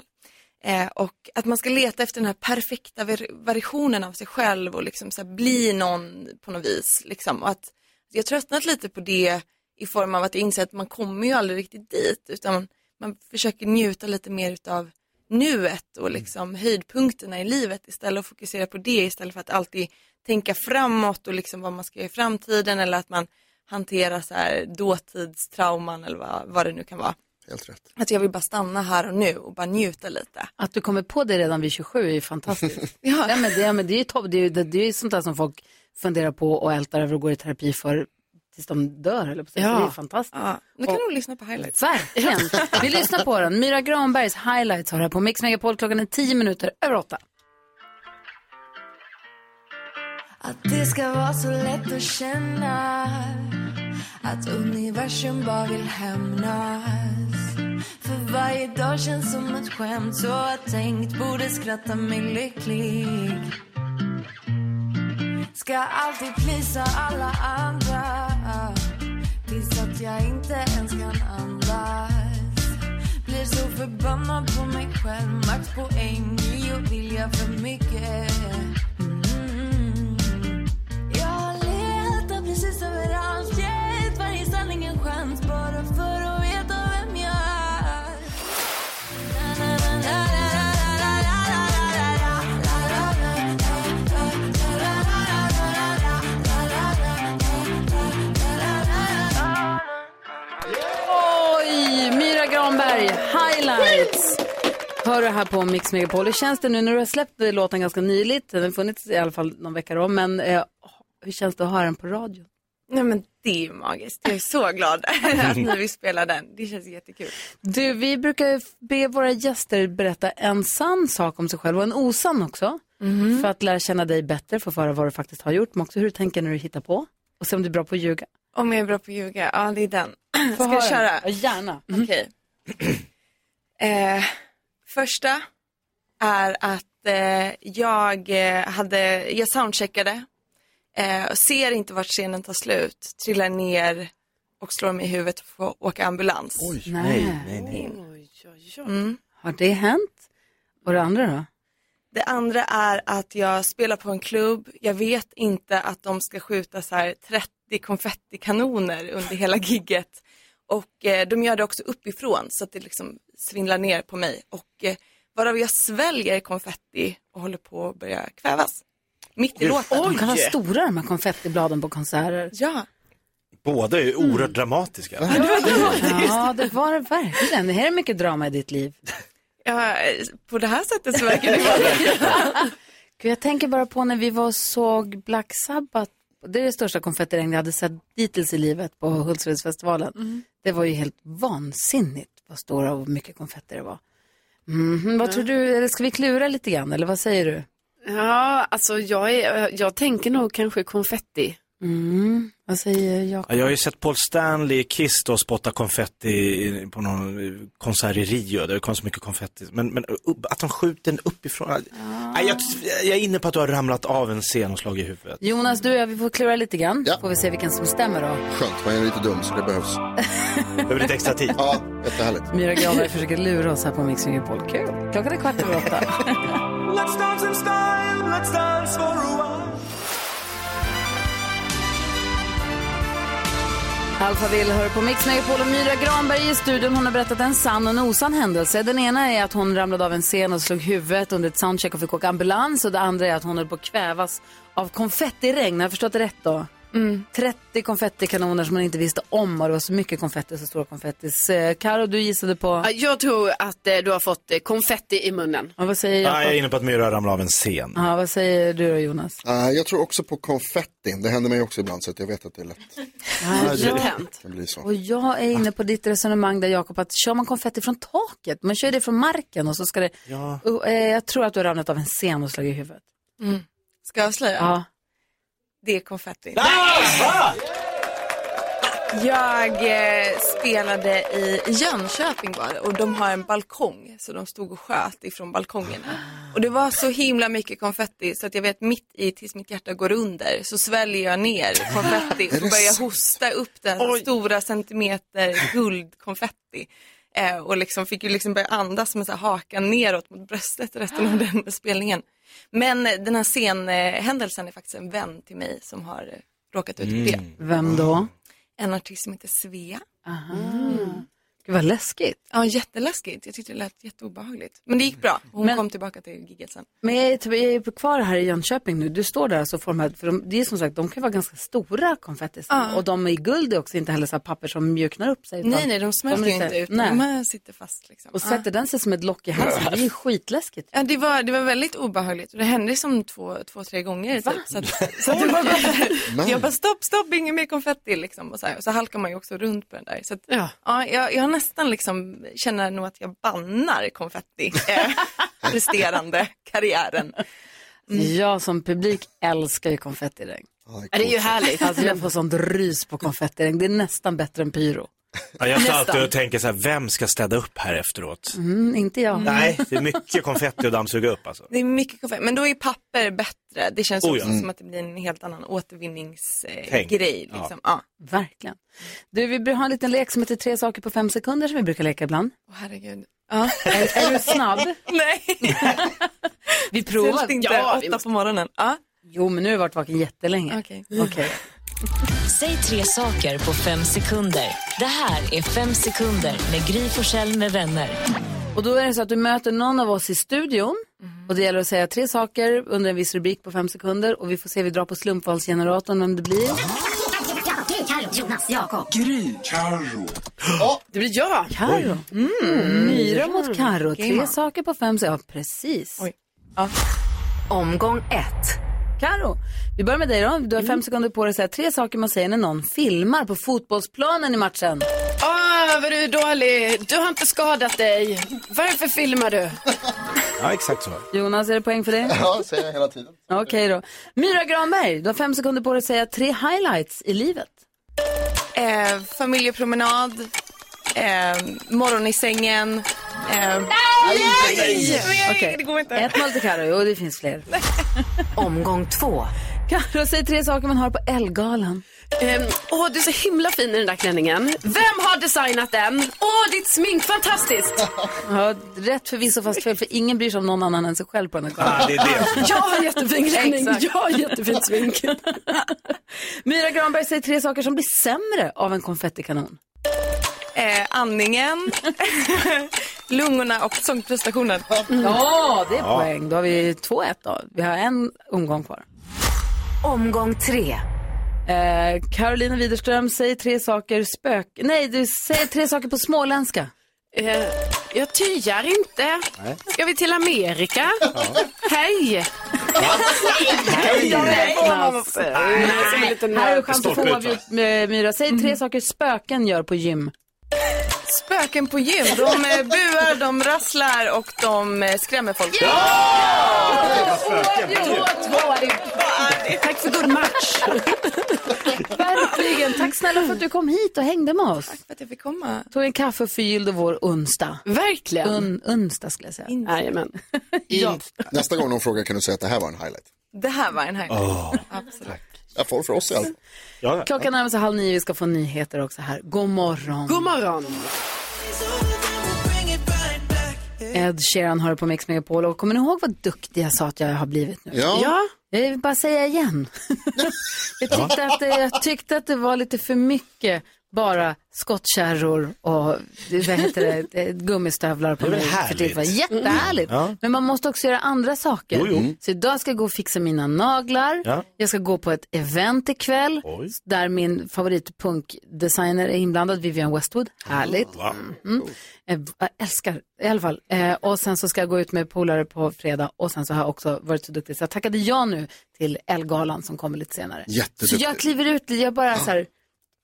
Speaker 11: Eh, och att man ska leta efter den här perfekta ver- versionen av sig själv och liksom så här bli någon på något vis. Liksom. Och att jag har tröttnat lite på det i form av att jag inser att man kommer ju aldrig riktigt dit utan man försöker njuta lite mer utav nuet och liksom höjdpunkterna i livet istället för att fokusera på det istället för att alltid tänka framåt och liksom vad man ska göra i framtiden eller att man hanterar så här dåtidstrauman eller vad, vad det nu kan vara.
Speaker 5: Helt rätt.
Speaker 11: Att jag vill bara stanna här och nu och bara njuta lite.
Speaker 2: Att du kommer på det redan vid 27 är ju fantastiskt. ja. men det, ja, men det är ju topp. Det är ju det, det är ju sånt där som folk funderar på och ältar över och går i terapi för tills de dör, eller på sig.
Speaker 11: Ja.
Speaker 2: Det är ju fantastiskt.
Speaker 11: Ja. Nu kan du lyssna på highlights.
Speaker 2: Verkligen. Vi lyssnar på den. Myra Granbergs highlights har här på Mix Megapol. Klockan är 10 minuter över 8.
Speaker 10: Att det ska vara så lätt att känna Att universum bara vill hämnas För varje dag känns som ett skämt Så jag tänkt borde skratta mig lycklig Ska alltid plisa alla andra Tills att jag inte ens kan andas Blir så förbannad på mig själv Max poäng i och vilja för mycket jag har letat precis överallt, gett varje sanning en chans bara för att veta vem jag är.
Speaker 2: Oj, Myra Granberg, highlights. Hör du här på Mix Megapol. Hur känns det nu när du har släppt låten ganska nyligt? Den har funnits i alla fall någon vecka då, men eh, hur känns det att höra den på radio?
Speaker 11: Nej men det är ju magiskt. Jag är så glad att ni vill spela den. Det känns jättekul.
Speaker 2: Du, vi brukar ju be våra gäster berätta en sann sak om sig själv och en osann också.
Speaker 11: Mhm.
Speaker 2: För att lära känna dig bättre, få höra vad du faktiskt har gjort, men också hur du tänker när du hittar på. Och se om du är bra på att ljuga.
Speaker 11: Om jag är bra på att ljuga, ja det är den.
Speaker 2: Få
Speaker 11: Ska
Speaker 2: höra.
Speaker 11: jag köra?
Speaker 2: Ja, gärna. Mm.
Speaker 11: Okej. Eh, första är att eh, jag eh, hade, jag soundcheckade, eh, och ser inte vart scenen tar slut, trillar ner och slår mig i huvudet och får åka ambulans. Oj,
Speaker 2: Nej.
Speaker 11: nej, nej.
Speaker 2: Har det hänt? Och det andra då?
Speaker 11: Det andra är att jag spelar på en klubb. Jag vet inte att de ska skjuta så här 30 konfettikanoner under hela gigget. Och eh, de gör det också uppifrån så att det liksom svindlar ner på mig. Och eh, varav jag sväljer konfetti och håller på att börja kvävas. Mitt i låten.
Speaker 2: De kan vara stora de här konfettibladen på konserter.
Speaker 11: Ja.
Speaker 3: Båda är ju
Speaker 11: Mm.
Speaker 3: oerhört dramatiska.
Speaker 2: Ja, det var det verkligen. Det här är mycket drama i ditt liv.
Speaker 11: Ja, på det här sättet så verkar det vara det.
Speaker 2: Gud, jag tänker bara på när vi var och såg Black Sabbath. Det är det största konfettiregn jag hade sett dittills i livet på Hultsfredsfestivalen.
Speaker 12: Mm.
Speaker 2: Det var ju helt vansinnigt vad stora och mycket konfetti det var. Mhm, Vad tror du, eller ska vi klura lite grann eller vad säger du?
Speaker 13: Ja, alltså jag, är, jag tänker nog kanske konfetti.
Speaker 2: Mm, vad säger jag?
Speaker 3: Ja, Jag har ju sett Paul Stanley i Kiss då spotta konfetti i- på någon eh, konsert i Rio. Det kom så mycket konfetti. Men, men uh, upp, att de skjuter den uppifrån. Nej, jag, jag är inne på att du har ramlat av en scen och slagit i huvudet.
Speaker 2: Jonas, du och jag, vi får klura lite grann. Får vi se vilken som stämmer då.
Speaker 5: Skönt, man är lite dum så det behövs.
Speaker 3: Behöver lite extra tid?
Speaker 5: Ja, jättehärligt.
Speaker 2: Myra Granberg försöker lura oss här på Mix Megapol. Kul. Klockan är kvart över åtta.
Speaker 12: Let's dance in style, let's dance for a while.
Speaker 2: Alfa vill hör på Mix Megapol och Myra Granberg i studion. Hon har berättat en sann och en osann händelse. Den ena är att hon ramlade av en scen och slog huvudet under ett soundcheck och fick åka ambulans. Och det andra är att hon höll på att kvävas av konfettiregn. Har jag förstått det rätt då? 30 konfettikanoner som man inte visste om och det var så mycket konfetti, så stora konfettis. Eh, Karo, du gissade på...
Speaker 13: Ja, Jag tror att eh, du har fått eh, konfetti i munnen.
Speaker 2: Ja, vad säger
Speaker 3: Nej, jag är
Speaker 2: jag?
Speaker 3: inne på att Myra ramlade av en scen.
Speaker 2: Ja, vad säger du då Jonas?
Speaker 5: Eh, jag tror också på konfettin. Det händer mig också ibland så att jag vet att det är lätt.
Speaker 2: Ja,
Speaker 5: det
Speaker 2: ja.
Speaker 5: kan bli så.
Speaker 2: Och jag är inne på ditt resonemang där Jakob, att kör man konfetti från taket, man kör det från marken och så ska det...
Speaker 3: Ja.
Speaker 2: Och, eh, jag tror att du har ramlat av en scen och slagit i huvudet.
Speaker 11: Mm. Ska jag avslöja?
Speaker 2: Ja.
Speaker 11: Det är konfetti. Jag eh, spelade i Jönköping bara, och de har en balkong så de stod och sköt ifrån balkongerna. Och det var så himla mycket konfetti så att jag vet mitt i tills mitt hjärta går under så sväljer jag ner konfetti
Speaker 5: Är det
Speaker 11: och börjar
Speaker 5: sant?
Speaker 11: hosta upp den här stora centimeter guldkonfetti. Eh, och liksom fick ju liksom börja andas med så här hakan neråt mot bröstet resten av den spelningen. Men eh, den här scenhändelsen är faktiskt en vän till mig som har eh, råkat ut för det.
Speaker 5: Mm.
Speaker 2: Vem då?
Speaker 11: En artist som heter Svea.
Speaker 2: Mm. Gud vad läskigt.
Speaker 11: Ja, jätteläskigt. Jag tyckte det lät jätteobehagligt. Men det gick bra. Hon kom tillbaka till giget sen.
Speaker 2: Men jag är, typ- jag är kvar här i Jönköping nu. Du står där och så får de här, för de, det är som sagt, de kan vara ganska stora konfettis.
Speaker 11: Ja.
Speaker 2: Och de är i guld är också, inte heller så här papper som mjuknar upp sig. utan
Speaker 11: Nej, nej, de smälter
Speaker 2: är
Speaker 11: ju
Speaker 2: så här-
Speaker 11: inte ut.
Speaker 2: Nej.
Speaker 11: De här sitter fast liksom.
Speaker 2: Och
Speaker 11: Ja.
Speaker 2: sätter den sig som ett lock i halsen, det är ju skitläskigt.
Speaker 11: Ja, det var, det var väldigt obehagligt. Och Det hände som två, två tre gånger. Typ. Så, att, så att det var bara,
Speaker 2: Nej.
Speaker 11: jag bara stopp, stopp, inget mer konfetti liksom. Och så, här, och så halkar man ju också runt på den där. Så att, ja. jag, jag har nästan liksom, känner nog att jag bannar konfetti. Eh, presterande karriären. Mm.
Speaker 2: Jag som publik älskar ju konfettiregn.
Speaker 11: det är Det är ju coolt. härligt.
Speaker 2: Alltså jag får sånt rys på konfettiregn, det är nästan bättre än pyro.
Speaker 3: Ja, jag
Speaker 2: Nästan.
Speaker 3: satt alltid och tänker så här, vem ska städa upp här efteråt?
Speaker 2: Mm, inte jag.
Speaker 3: Nej, det är mycket konfetti att dammsuga upp alltså.
Speaker 11: Det är mycket konfetti, men då är papper bättre. Det känns
Speaker 3: Oh, ja.
Speaker 11: också
Speaker 3: Mm.
Speaker 11: som att det blir en helt annan återvinningsgrej.
Speaker 3: Tänk. Ja.
Speaker 11: Liksom. Ja.
Speaker 2: Verkligen. Du, vi har en liten lek som heter tre saker på fem sekunder som vi brukar leka ibland.
Speaker 11: Åh, herregud. Ja.
Speaker 2: Är, är du snabb?
Speaker 11: Nej.
Speaker 2: Vi provar.
Speaker 11: Särskilt inte åtta på morgonen. Ja.
Speaker 2: Jo, men nu har vi varit vaken jättelänge. Okej.
Speaker 14: Säg tre saker på fem sekunder. Det här är Fem sekunder med Gry Forssell med vänner.
Speaker 2: Och då är det så att du möter någon av oss i studion och det gäller att säga tre saker under en viss rubrik på fem sekunder och vi får se, vi drar på slumpvalsgeneratorn om det blir.
Speaker 8: Du, Carro, Jonas, Jakob.
Speaker 2: Gry.
Speaker 8: Carro.
Speaker 13: det blir jag.
Speaker 2: Karo. Mm. Myra mot Karo.
Speaker 13: Game
Speaker 2: Tre
Speaker 13: on.
Speaker 2: saker på fem sekunder. Ja, precis. Omgång ett. Karo, vi börjar med dig då. Du har
Speaker 13: Mm.
Speaker 2: fem sekunder på dig att säga tre saker man säger när någon filmar på fotbollsplanen i matchen.
Speaker 13: Ah, vad du är dålig. Du har inte skadat dig. Varför filmar du?
Speaker 3: Ja, exakt så.
Speaker 2: Jonas, är det poäng för dig?
Speaker 5: Ja, säger jag hela tiden.
Speaker 2: Okej då. Myra Granberg, du har fem sekunder på dig att säga tre highlights i livet.
Speaker 11: Eh, familjepromenad, eh, morgon i sängen. Eh, nej! Men jag-
Speaker 2: Okej.
Speaker 11: Det går inte.
Speaker 2: Ett mål till Karo. Jo, det finns fler. Omgång två. Karo, säg tre saker man har på Elgalan.
Speaker 13: Ehm, Åh, du är så himla fin i den där klänningen. Vem har designat den? Åh, ditt smink, fantastiskt!
Speaker 2: Ja, rätt förvisso fast fel, för ingen bryr sig om någon annan än sig själv på den här galan.
Speaker 13: Ah, det är det. Jag har en jättefin klänning.
Speaker 2: Exakt.
Speaker 13: Jag har en jättefin smink.
Speaker 2: Myra Granberg säger tre saker som blir sämre av en konfettikanon.
Speaker 11: Eh, andningen, lungorna och sångprestationen.
Speaker 2: Ja, det är poäng. Då har vi 2-1 då. Vi har en omgång kvar. Omgång tre. Eh, Carolina Widerström, säg tre saker spök... Nej, du säger tre saker på småländska.
Speaker 13: Eh, jag tyar inte.
Speaker 2: Nej.
Speaker 13: Ska vi till Amerika? Hej!
Speaker 2: Hej, Jonas.
Speaker 13: Jonas. Nej, jag är lite
Speaker 2: Här har du
Speaker 13: nörd.
Speaker 2: chans att få
Speaker 13: Stolpe ut, va?
Speaker 2: avgjort, eh, Myra. Säg tre saker spöken gör på gym.
Speaker 11: Spöken på gym, de eh, buar, de rasslar och de eh, skrämmer folk.
Speaker 2: Tack för god match. Verkligen. Tack snälla för att du kom hit och hängde med oss. Tack
Speaker 11: för att jag fick komma.
Speaker 2: Tog en kaffe och förgyllde vår onsdag.
Speaker 13: Verkligen.
Speaker 2: Un, onsdag skulle jag säga.
Speaker 13: Jajamän.
Speaker 5: Nästa gång någon frågar kan du säga att det här var en highlight.
Speaker 11: Det här var en här.
Speaker 5: Åh.
Speaker 11: Absolut.
Speaker 5: Jag får för oss i alla fall.
Speaker 2: Klockan närmar sig halv nio. Vi ska få nyheter också här. God morgon.
Speaker 13: God morgon.
Speaker 2: Ed Sheeran har det på Mix Megapol. Och kommer ni ihåg vad duktig jag sa att jag har blivit nu?
Speaker 13: Ja. Ja.
Speaker 2: Jag vill bara säga igen. jag, tyckte att, det- jag tyckte att det var lite för mycket bara skottkärror och det- vad heter det, det, gummistövlar på
Speaker 15: Det är väl
Speaker 2: mig för
Speaker 15: härligt?
Speaker 2: tillfället. Jättehärligt.
Speaker 15: Mm. Ja.
Speaker 2: Men man måste också göra andra saker.
Speaker 15: Jo, jo.
Speaker 2: Så idag ska jag gå och fixa mina naglar.
Speaker 15: Ja.
Speaker 2: Jag ska gå på ett event ikväll där min favoritpunkdesigner är inblandad, Vivian Westwood. Härligt. Mm. Eh, Jag älskar, i alla fall. Eh, och sen så ska jag gå ut med polare på fredag och sen så har jag också varit så duktig så jag tackade ja nu till Elgalan som kommer lite senare.
Speaker 5: Jätteduktig.
Speaker 2: Så jag kliver ut, jag bara så här,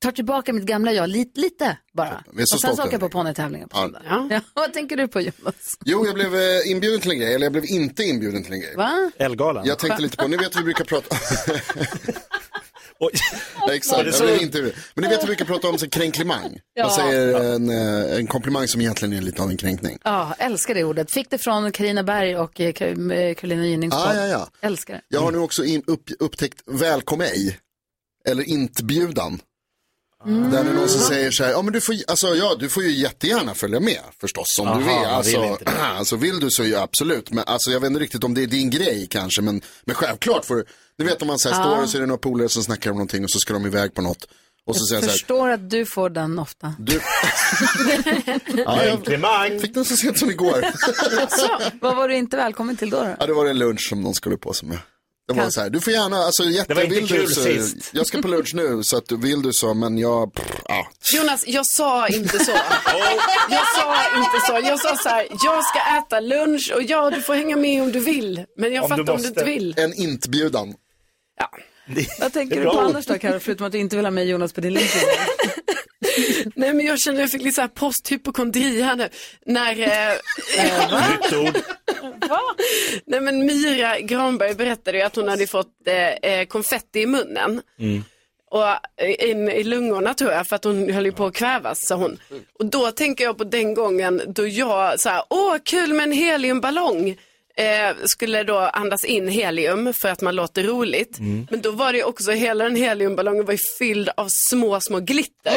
Speaker 2: tar tillbaka mitt gamla jag lite, lite bara.
Speaker 5: Vi är så
Speaker 2: och sen så
Speaker 5: stolta
Speaker 2: åker jag på
Speaker 5: över
Speaker 2: ponnytävlingen på
Speaker 5: Ja.
Speaker 2: söndag. Ja, vad tänker du på Jonas?
Speaker 5: Jo, jag blev eh, inbjuden till en grej, eller jag blev inte inbjuden till en grej.
Speaker 2: Va?
Speaker 3: Elgalan.
Speaker 5: Jag tänkte lite på, ni vet hur vi brukar prata Ja,
Speaker 3: Var
Speaker 5: Exakt,
Speaker 3: det
Speaker 5: jag
Speaker 3: så?
Speaker 5: blev inte inbjuden. Men ni vet hur vi brukar prata om sig, kränklimang.
Speaker 2: Ja.
Speaker 5: Man säger en, eh, en komplimang som egentligen är lite av en kränkning.
Speaker 2: Ja, älskar det ordet. Fick det från Karina Berg och eh, Ka- eh, Carolina Gynnings
Speaker 5: Ah,
Speaker 2: podd.
Speaker 5: ja, ja.
Speaker 2: Älskar det.
Speaker 5: Jag har nu också in, upp, upptäckt välkom ej, eller intbjudan. Där det är någon som säger så här, ja men du får, alltså, ja, du får ju jättegärna följa med förstås om du
Speaker 3: Aha,
Speaker 5: vill. Alltså,
Speaker 3: man vill inte det.
Speaker 5: alltså vill du så ja, absolut, men alltså, jag vet inte riktigt om det är din grej kanske, men, men självklart får du, du vet om man så här,
Speaker 2: Ja.
Speaker 5: står och så är det några polare som snackar om någonting och så ska de iväg på något. Och så säger jag så här,
Speaker 2: Förstår att du får den ofta.
Speaker 5: du, ja, jag fick den så sent som igår.
Speaker 2: så, vad var du inte välkommen till då? då?
Speaker 5: Ja, det var en lunch som någon skulle på sig med. Det var
Speaker 2: Kan-
Speaker 5: så här, du får gärna, alltså jätte,
Speaker 3: var inte
Speaker 5: vill du
Speaker 3: kul
Speaker 5: så,
Speaker 3: sist.
Speaker 5: jag ska på lunch nu så att du vill du så, men jag, pff, ja.
Speaker 6: Jonas, jag sa inte så. Jag sa inte så. Jag sa så här, jag ska äta lunch och ja, du får hänga med om du vill. Men jag fattar om du inte vill.
Speaker 5: En intbjudan.
Speaker 2: Vad tänker
Speaker 6: Det
Speaker 2: du
Speaker 6: är
Speaker 2: på
Speaker 6: bra ord.
Speaker 2: annars då, Carro, förutom att du inte vill ha med Jonas på din lunch?
Speaker 6: Nej, men jag känner att jag fick lite så här posthypokondri här nu. När... Eh, eh, va?
Speaker 3: Nytt ord.
Speaker 6: Nej, men Myra Granberg berättade ju att hon hade fått eh, eh, konfetti i munnen. och eh, in i lungorna tror jag för att hon höll ju på att kvävas sa hon. Och då tänker jag på den gången då jag så här, åh kul med en heliumballong. Eh, skulle då andas in helium för att man låter roligt.
Speaker 15: Mm.
Speaker 6: Men då var det ju också, hela den heliumballongen var ju fylld av små, små glitter.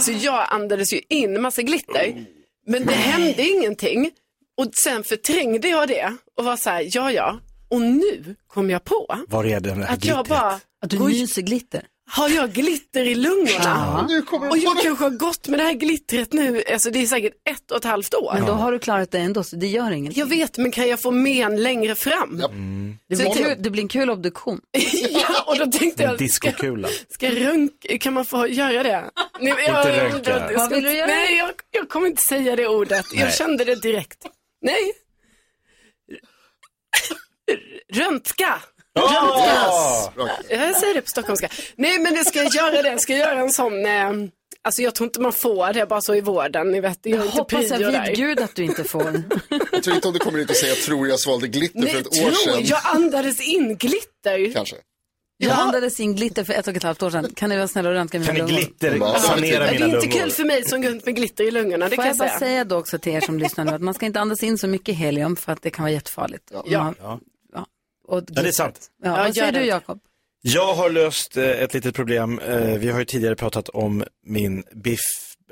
Speaker 6: Så jag andades ju in massa glitter. Men det hände ingenting. Och sen förträngde jag det och var så här, ja ja. Och nu kom jag på
Speaker 3: Var är den här
Speaker 6: att jag bara,
Speaker 2: Att du
Speaker 6: går-
Speaker 2: nyser glitter?
Speaker 6: har jag glitter i lungorna?
Speaker 2: Ja. Nu
Speaker 6: Och jag kanske har gått med det här glittret nu, alltså det är säkert ett och ett halvt år.
Speaker 2: Men då har du klarat det ändå, så det gör ingenting.
Speaker 6: Jag vet, men kan jag få men längre fram?
Speaker 2: Det
Speaker 6: Så
Speaker 2: blir,
Speaker 6: jag tänkte-
Speaker 2: kul, det blir en kul obduktion.
Speaker 6: ja, och då tänkte
Speaker 3: En
Speaker 6: jag,
Speaker 3: diskokula.
Speaker 6: ska rönk, kan man få göra det? Nej, men jag,
Speaker 3: Inte
Speaker 6: jag-
Speaker 3: röntga.
Speaker 6: jag- jag-
Speaker 3: Vad
Speaker 2: vill du göra?
Speaker 6: Nej, jag, jag kommer inte säga det ordet.
Speaker 3: Nej.
Speaker 6: Jag kände det direkt. Nej. Röntga.
Speaker 15: Ja!
Speaker 6: Jag säger det på stockholmska. Nej men det ska jag göra det, ska jag göra en sån, eh, alltså jag tror inte man får det bara så i vården, ni vet. Det är
Speaker 2: Jag
Speaker 6: inte
Speaker 2: hoppas jag
Speaker 6: prio
Speaker 2: vid
Speaker 6: där.
Speaker 2: gud att du inte får.
Speaker 5: Jag tror inte om du kommer dit och säger, jag tror jag svalde glitter för
Speaker 6: Nej,
Speaker 5: ett år
Speaker 6: tror,
Speaker 5: sedan.
Speaker 6: jag andades in glitter.
Speaker 5: Kanske.
Speaker 2: Jag andades in glitter för ett och ett halvt år sedan. Kan ni vara snälla och röntga mina
Speaker 3: Kan ni
Speaker 2: lungor?
Speaker 3: glitter
Speaker 5: Ja,
Speaker 3: sanera
Speaker 6: det
Speaker 3: mina
Speaker 6: är inte
Speaker 3: lungor?
Speaker 6: kul för mig som går runt med glitter i lungorna, det
Speaker 2: Får
Speaker 6: kan
Speaker 2: jag
Speaker 6: jag
Speaker 2: bara
Speaker 6: säga.
Speaker 2: säga då också till er som lyssnar nu att man ska inte andas in så mycket helium för att det kan vara jättefarligt. Man-
Speaker 3: Ja.
Speaker 2: och
Speaker 3: Ja, det är sant.
Speaker 2: Ja, vad säger du Jakob?
Speaker 3: Jag har löst eh, ett litet problem. Eh, vi har ju tidigare pratat om min biff,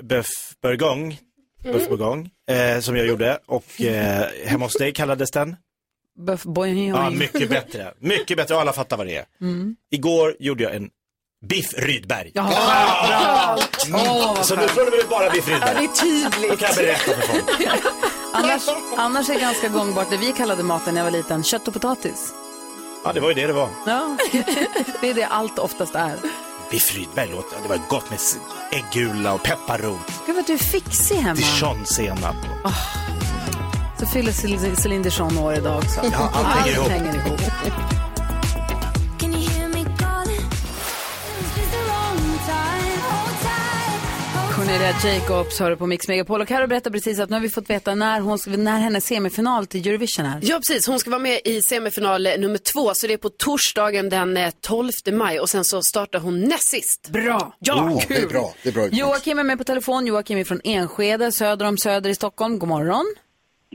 Speaker 3: böff, burgong,
Speaker 2: Mm.
Speaker 3: böff burgong, eh, som jag gjorde och eh, hemma hos dig kallades den.
Speaker 2: Buff boing,
Speaker 3: Ja, mycket bättre. Mycket bättre, och alla fattar vad det är.
Speaker 2: Mm.
Speaker 3: Igår gjorde jag en biff Rydberg.
Speaker 2: Ja.
Speaker 3: Ah!
Speaker 2: Åh, vad
Speaker 3: Så nu
Speaker 2: skönt.
Speaker 3: får det bli bara biff Rydberg.
Speaker 2: Ja, det är tydligt.
Speaker 3: Då kan jag berätta för folk.
Speaker 2: Annars, annars är det ganska gångbart det vi kallade maten när jag var liten, kött och potatis.
Speaker 3: Ja, det var ju det det var.
Speaker 2: Ja. Det är det allt oftast är.
Speaker 3: Biff Rydberg låter, det var gott med s- äggula och pepparrot,
Speaker 2: Gud vad du är fixig hemma.
Speaker 3: dijonsenap.
Speaker 2: Så fyller Cel- Céline Dion år idag också.
Speaker 3: Ja, allt hänger ihop.
Speaker 2: hänger ihop.
Speaker 8: Can you hear me calling? It's been the wrong time. Hold tight.
Speaker 2: Cornelia Jacobs hör på Mix Megapol och Carro berättar precis att nu har vi fått veta när, hon, ska- när hennes semifinal till Eurovision är.
Speaker 6: Ja, precis. Hon ska vara med i semifinal eh, nummer två, så det är på torsdagen den eh, 12 maj och sen så startar hon näst sist.
Speaker 2: Bra!
Speaker 6: Ja,
Speaker 5: Oh,
Speaker 6: kul!
Speaker 5: det är bra, det är bra.
Speaker 2: Joakim är med på telefon. Joakim är från Enskede, söder om Söder i Stockholm. God morgon.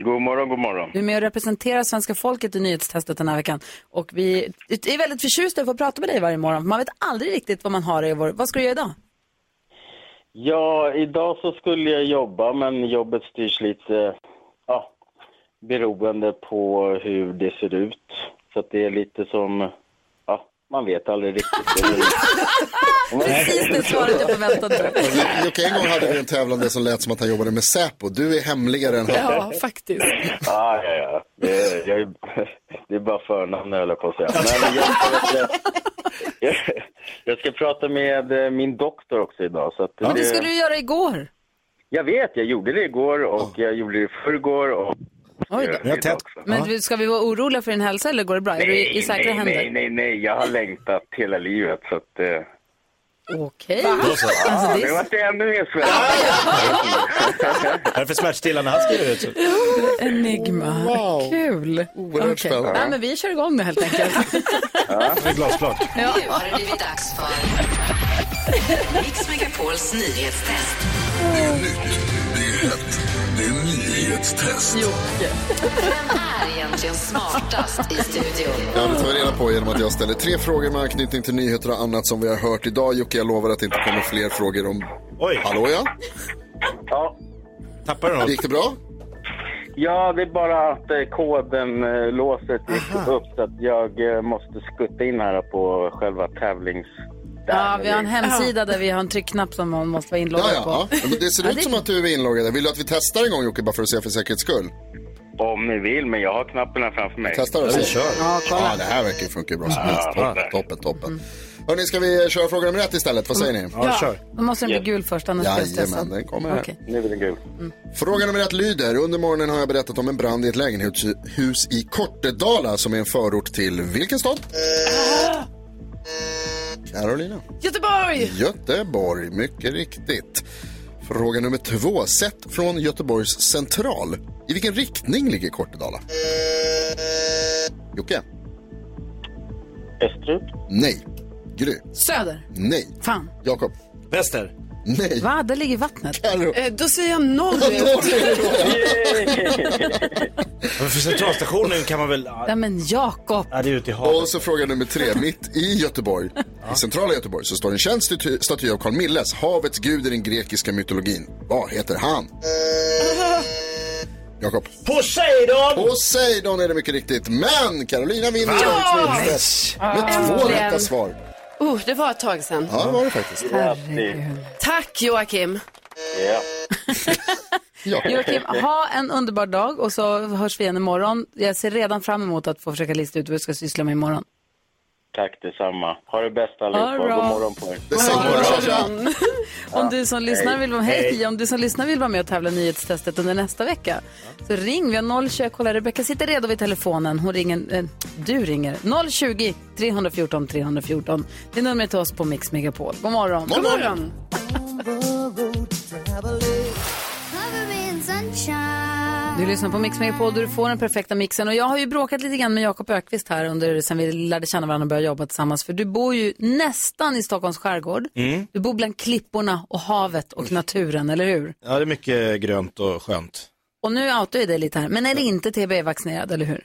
Speaker 16: God morgon, god morgon.
Speaker 2: Du är med och representerar svenska folket i nyhetstestet den här veckan. Och vi är väldigt förtjusta i att få prata med dig varje morgon. för Man vet aldrig riktigt vad man har i vår... Vad ska du göra idag?
Speaker 16: Ja, idag så skulle jag jobba, men jobbet styrs lite ja, beroende på hur det ser ut. Så att det är lite som, ja, man vet aldrig riktigt.
Speaker 2: Precis det svaret jag förväntade mig.
Speaker 5: Jocke, en gång hade vi en tävlande som lät som att han jobbade med Säpo. Du är hemligare än han.
Speaker 13: Ja, faktiskt.
Speaker 16: Ah, ja, ja. Det är, jag är, det är bara förnamn höll jag på att säga. Men jag, jag, jag, jag ska prata med eh, min doktor också idag. Så att
Speaker 2: Men det
Speaker 16: det-
Speaker 2: skulle du göra igår.
Speaker 16: Jag vet, jag gjorde det igår och jag gjorde det i förrgår. Och...
Speaker 2: Oj då.
Speaker 16: Jag tätt.
Speaker 2: Men du, ska vi vara oroliga för din hälsa eller går det bra? är du i- i säkra
Speaker 16: nej,
Speaker 2: händer?
Speaker 16: nej, nej, nej, jag har längtat hela livet så att... eh,
Speaker 2: Okej.
Speaker 16: Då så.
Speaker 2: Alltså,
Speaker 16: Ah,
Speaker 2: det
Speaker 16: nu
Speaker 2: är...
Speaker 16: vart det ännu mer spännande.
Speaker 3: Vad är det för smärtstillande han skriver ut?
Speaker 2: Enigma. Kul.
Speaker 3: Oerhört
Speaker 2: Okej.
Speaker 3: spännande.
Speaker 2: Nej, men vi kör igång nu helt enkelt.
Speaker 3: Det är glasklart.
Speaker 2: Ja.
Speaker 15: Nu har det blivit dags för Mix Megapols nyhetstest.
Speaker 17: Det är nyhetstest.
Speaker 15: Vem är egentligen smartast i studion?
Speaker 5: Ja, det tar vi reda på genom att jag ställer tre frågor med anknytning till nyheter och annat som vi har hört idag. Jocke, jag lovar att det inte kommer fler frågor om...
Speaker 3: Oj.
Speaker 5: Hallå ja?
Speaker 16: Ja.
Speaker 3: Tappar du
Speaker 5: något? Gick det bra?
Speaker 16: Ja, det är bara att eh, koden, eh, låset gick upp så att jag eh, måste skutta in här på själva tävlings...
Speaker 2: Ja, vi har en hemsida där vi har en tryckknapp som man måste vara inloggad
Speaker 5: Ja, ja.
Speaker 2: på.
Speaker 5: ja. Men det ser
Speaker 2: Ja,
Speaker 5: ut som att du är inloggad. där. Vill du att vi testar en gång Jocke, bara för att se för säkerhets skull?
Speaker 16: Om ni vill, men jag har knapparna framför mig.
Speaker 5: Testar och
Speaker 16: vi
Speaker 5: se. Ja, det här verkar ju funka bra som helst. Toppen, toppen, toppen. Hörni, ska vi köra fråga nummer ett istället? Vad säger ni?
Speaker 2: Då måste den bli gul först, annars blir jag
Speaker 5: Jajamän,
Speaker 2: stressad.
Speaker 5: den kommer här.
Speaker 2: Okej.
Speaker 16: Nu blir den gul.
Speaker 5: Fråga nummer ett lyder. Under morgonen har jag berättat om en brand i ett lägenhetshus i Kortedala som är en förort till vilken stad? Carolina.
Speaker 6: Göteborg!
Speaker 5: Göteborg, mycket riktigt. Fråga nummer två. Sett från Göteborgs central, i vilken riktning ligger Kortedala? Jocke?
Speaker 16: Österut?
Speaker 5: Nej. Gry?
Speaker 2: Söder.
Speaker 5: Nej.
Speaker 2: Fan.
Speaker 5: Jakob?
Speaker 3: Väster?
Speaker 5: Nej.
Speaker 2: Va, där ligger vattnet.
Speaker 6: Eh, Då säger jag norrut.
Speaker 3: Men för centralstationen kan man väl...
Speaker 2: Ja, men Jakob.
Speaker 3: Ja, det är ute i havet.
Speaker 5: Och så fråga nummer tre. Mitt i Göteborg, i centrala Göteborg, så står en känd staty, staty av Karl Milles, havets gud i den grekiska mytologin. Vad heter han? Jakob.
Speaker 3: Poseidon!
Speaker 5: Poseidon är det mycket riktigt, men Carolina vinner
Speaker 6: Ja!
Speaker 5: dagens nyhetstest med två
Speaker 6: Äntligen.
Speaker 5: rätta svar.
Speaker 6: Oh, det var ett tag sedan.
Speaker 5: Ja, det var det faktiskt.
Speaker 6: Tack Joakim.
Speaker 16: Ja.
Speaker 2: Joakim, ha en underbar dag och så hörs vi igen imorgon. Jag ser redan fram emot att få försöka lista ut vad vi ska syssla med imorgon.
Speaker 16: Tack detsamma. Ha det bäst allihopa.
Speaker 2: All right.
Speaker 16: God morgon på er.
Speaker 2: Om du som lyssnar vill vara med,
Speaker 16: Hej.
Speaker 2: hej. Om du som lyssnar vill vara med och tävla i nyhetstestet under nästa vecka så ring. Vi har 020, kolla Rebecka sitter redo vid telefonen. Hon ringer, eh, du ringer 020 314 314. Det är numret till oss på Mix Megapol. God morgon.
Speaker 15: God morgon.
Speaker 2: Du lyssnar på Mix Megapol där du får den perfekta mixen. Och jag har ju bråkat lite grann med Jakob Ökvist här under sen vi lärde känna varandra och började jobba tillsammans. För du bor ju nästan i Stockholms skärgård.
Speaker 3: Mm.
Speaker 2: Du bor bland klipporna och havet och naturen, eller hur?
Speaker 3: Ja, det är mycket grönt och skönt.
Speaker 2: Och nu outar jag dig lite här, men är det inte TB-vaccinerad, eller hur?